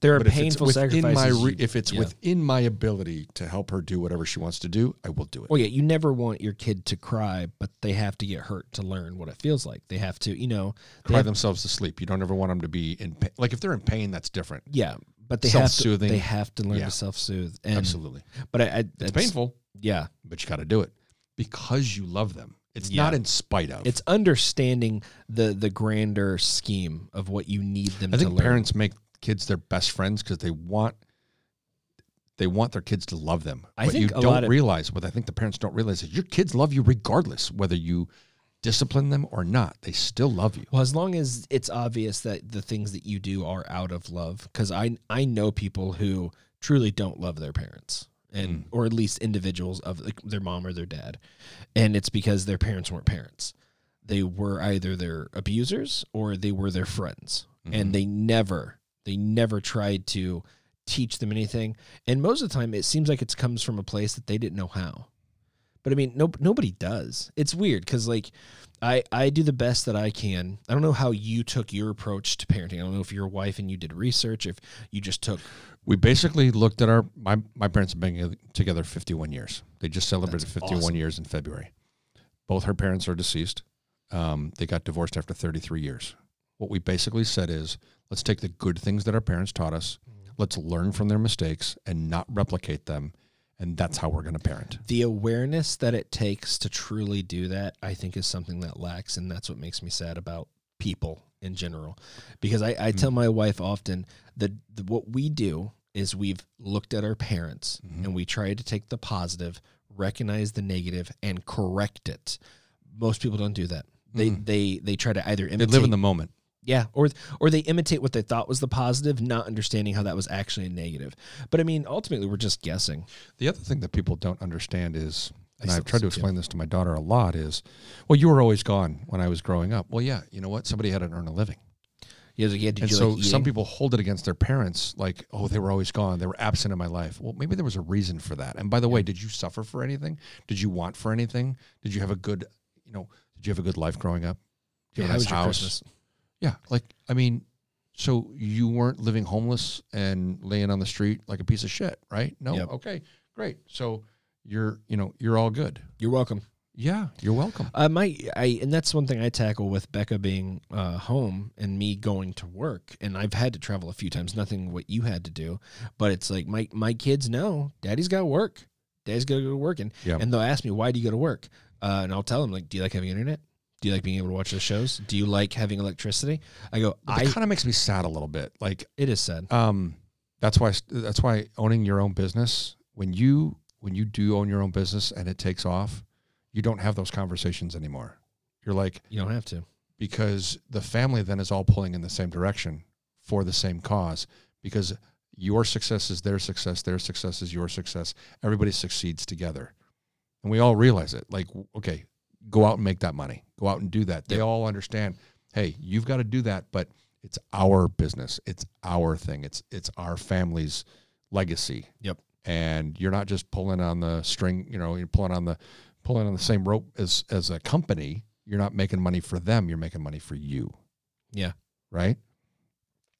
Speaker 3: There are
Speaker 2: But if it's
Speaker 3: painful
Speaker 2: within
Speaker 3: sacrifices.
Speaker 2: my
Speaker 3: you-
Speaker 2: re- if it's
Speaker 3: yeah.
Speaker 2: within my ability to help her do whatever she wants to do, I will do it.
Speaker 3: Well, yeah, you never want your kid to cry, but they have to get hurt to learn what it feels like. They have to, you know, they
Speaker 2: Cry
Speaker 3: have-
Speaker 2: themselves to sleep. You don't ever want them to be in pain. Like if they're in pain, that's different.
Speaker 3: yeah, but they have to,
Speaker 2: Self-soothing.
Speaker 3: they have to learn
Speaker 2: Yeah.
Speaker 3: to self soothe. Absolutely,
Speaker 2: Absolutely,
Speaker 3: but I, I
Speaker 2: it's painful,
Speaker 3: Yeah,
Speaker 2: but you got to do it because you love them. It's
Speaker 3: Yeah.
Speaker 2: not in spite of.
Speaker 3: it's understanding the the grander scheme of what you need them
Speaker 2: I
Speaker 3: to
Speaker 2: think
Speaker 3: learn.
Speaker 2: parents make kids their best friends because they want they want their kids to love them.
Speaker 3: I
Speaker 2: but
Speaker 3: think
Speaker 2: you
Speaker 3: a lot
Speaker 2: don't
Speaker 3: of-
Speaker 2: realize what I think the parents don't realize is your kids love you regardless whether you discipline them or not. They still love you.
Speaker 3: Well, as long as it's obvious that the things that you do are out of love, because I I know people who truly don't love their parents, and or at least individuals of like, their mom or their dad, and it's because their parents weren't parents. They were either their abusers or they were their friends, and they never they never tried to teach them anything. And most of the time, it seems like it comes from a place that they didn't know how. But I mean, no, nobody does. It's weird because like, I I do the best that I can. I don't know how you took your approach to parenting. I don't know if your wife and you did research, if you just took
Speaker 2: We basically looked at our my my parents have been together 51 years. They just celebrated
Speaker 3: That's
Speaker 2: 51
Speaker 3: awesome.
Speaker 2: years in February. Both her parents are deceased. Um, they got divorced after 33 years. What we basically said is, let's take the good things that our parents taught us,
Speaker 3: Mm-hmm.
Speaker 2: let's learn from their mistakes and not replicate them, and that's how we're going to parent.
Speaker 3: the awareness that it takes to truly do that. I think is something that lacks, and that's what makes me sad about people in general. Because I,
Speaker 2: Hmm.
Speaker 3: I tell my wife often that the, what we do is we've looked at our parents
Speaker 2: Mm-hmm.
Speaker 3: and we try to take the positive, recognize the negative, and correct it. Most people don't do that. They they they try to either
Speaker 2: Hmm. They
Speaker 3: imitate
Speaker 2: live in the moment.
Speaker 3: Yeah, or or they imitate what they thought was the positive, not understanding how that was actually a negative. But I mean, ultimately, we're just guessing.
Speaker 2: The other thing that people don't understand is, and
Speaker 3: I
Speaker 2: I've
Speaker 3: still
Speaker 2: tried to
Speaker 3: listen to you.
Speaker 2: explain this to my daughter a lot, is, well, you were always gone when I was growing up. Well, yeah, you know what? Somebody had to earn a living.
Speaker 3: Yeah, like, yeah, did
Speaker 2: and
Speaker 3: you
Speaker 2: so
Speaker 3: like
Speaker 2: some
Speaker 3: eating?
Speaker 2: people hold it against their parents like oh they were always gone they were absent in my life well maybe there was a reason for that and by the way did you suffer for anything did you want for anything did you have a good you know did you have a good life growing up did you
Speaker 3: Yeah,
Speaker 2: have a
Speaker 3: how
Speaker 2: nice
Speaker 3: was your
Speaker 2: house
Speaker 3: Christmas?
Speaker 2: yeah like i mean so you weren't living homeless and laying on the street like a piece of shit right no
Speaker 3: Yep.
Speaker 2: okay great so you're you know you're all good
Speaker 3: You're welcome.
Speaker 2: yeah you're welcome
Speaker 3: Uh, my I and that's one thing I tackle with Becca being uh, home and me going to work. And I've had to travel a few times. Nothing what you had to do, but it's like my my kids know daddy's got to work. Daddy's got to go to work, and
Speaker 2: Yeah.
Speaker 3: and they'll ask me why do you go to work, uh, and I'll tell them like, do you like having internet? Do you like being able to watch the shows? Do you like having electricity? I go,
Speaker 2: But that
Speaker 3: I.
Speaker 2: kind of makes me sad a little bit like
Speaker 3: It is sad.
Speaker 2: um that's why that's why owning your own business when you when you do own your own business and it takes off you don't have those conversations anymore you're like
Speaker 3: You don't have to.
Speaker 2: because the family then is all pulling in the same direction for the same cause because your success is their success their success is your success everybody succeeds together and we all realize it like okay go out and make that money go out and do that they
Speaker 3: Yep.
Speaker 2: all understand hey you've got to do that but it's our business it's our thing it's it's our family's legacy
Speaker 3: Yep.
Speaker 2: and you're not just pulling on the string you know you're pulling on the pulling on the same rope as as a company you're not making money for them you're making money for you
Speaker 3: Yeah.
Speaker 2: right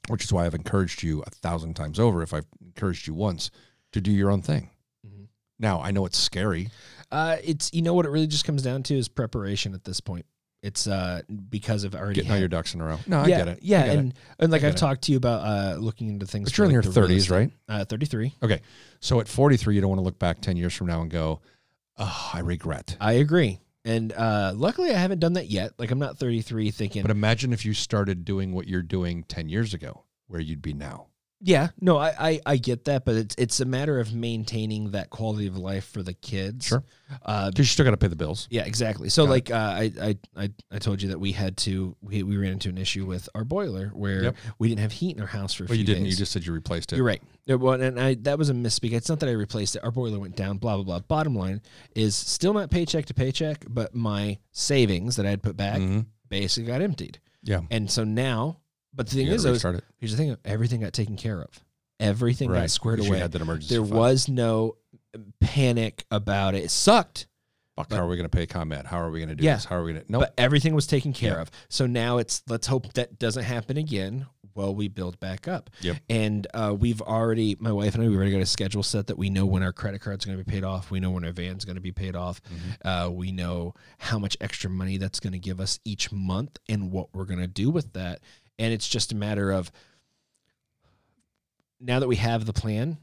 Speaker 2: which is why i've encouraged you a thousand times over if i've encouraged you once to do your own thing
Speaker 3: Mhm.
Speaker 2: now i know it's scary
Speaker 3: Uh, it's you know what it really just comes down to is preparation at this point. It's uh, because of already
Speaker 2: Getting all
Speaker 3: had-
Speaker 2: your ducks in a row. No, I
Speaker 3: yeah,
Speaker 2: get it.
Speaker 3: Yeah,
Speaker 2: I get
Speaker 3: and, and like
Speaker 2: I get
Speaker 3: I've
Speaker 2: it.
Speaker 3: talked to you about uh, looking into things.
Speaker 2: But
Speaker 3: for,
Speaker 2: you're in
Speaker 3: like,
Speaker 2: your
Speaker 3: the real
Speaker 2: 30s,
Speaker 3: estate.
Speaker 2: right?
Speaker 3: Uh, Thirty three.
Speaker 2: Okay. So at 43, you don't want to look back 10 years from now and go, oh, I regret.
Speaker 3: I agree, and uh, luckily I haven't done that yet. Like I'm not thirty three thinking.
Speaker 2: But imagine if you started doing what you're doing 10 years ago, where you'd be now.
Speaker 3: yeah, no, I, I I get that, but it's it's a matter of maintaining that quality of life for the kids.
Speaker 2: Sure.
Speaker 3: Uh,
Speaker 2: Because you still got to pay the bills.
Speaker 3: Yeah, exactly. So
Speaker 2: Got it.
Speaker 3: like uh, I, I I I told you that we had to we, we ran into an issue with our boiler where
Speaker 2: Yep.
Speaker 3: we didn't have heat in our house for a
Speaker 2: Well,
Speaker 3: few
Speaker 2: you didn't.
Speaker 3: days.
Speaker 2: You just said you replaced it.
Speaker 3: You're right. Yeah, Well, and I that was a misspeak. It's not that I replaced it. Our boiler went down. Blah blah blah. Bottom line is still not paycheck to paycheck, but my savings that I had put back
Speaker 2: Mhm.
Speaker 3: basically got emptied.
Speaker 2: Yeah.
Speaker 3: And so now, but the thing
Speaker 2: You
Speaker 3: is,
Speaker 2: gotta
Speaker 3: though, is-
Speaker 2: restart it.
Speaker 3: here's the thing: everything got taken care of. Everything got squared
Speaker 2: 'Cause
Speaker 3: away.
Speaker 2: You had that emergency.
Speaker 3: there
Speaker 2: fund.
Speaker 3: was no panic about it. It sucked.
Speaker 2: Fuck, how are we going to pay ComEd? How are we going to do
Speaker 3: Yeah.
Speaker 2: this? How are we going to? Nope.
Speaker 3: But everything was taken care
Speaker 2: Yeah.
Speaker 3: of. So now it's let's hope that doesn't happen again while we build back up.
Speaker 2: Yep.
Speaker 3: And uh, we've already, my wife and I, we already got a schedule set that we know when our credit card's going to be paid off. We know when our van's going to be paid off.
Speaker 2: Mm-hmm.
Speaker 3: Uh, we know how much extra money that's going to give us each month and what we're going to do with that. And it's just a matter of now that we have the plan,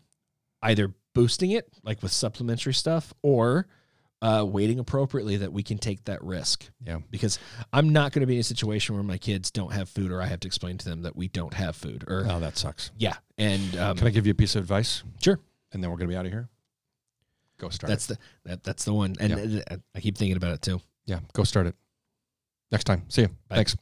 Speaker 3: either boosting it like with supplementary stuff or uh, waiting appropriately that we can take that risk
Speaker 2: yeah.
Speaker 3: because I'm not going to be in a situation where my kids don't have food or I have to explain to them that we don't have food or
Speaker 2: Oh, that sucks.
Speaker 3: yeah. And um,
Speaker 2: Can I give you a piece of advice?
Speaker 3: Sure.
Speaker 2: And then we're going to be out of here. Go start.
Speaker 3: that's the that, that's the one. And uh, I keep thinking about it too.
Speaker 2: it. Yeah. Go start it. Next time. See you.
Speaker 3: Bye.
Speaker 2: Thanks.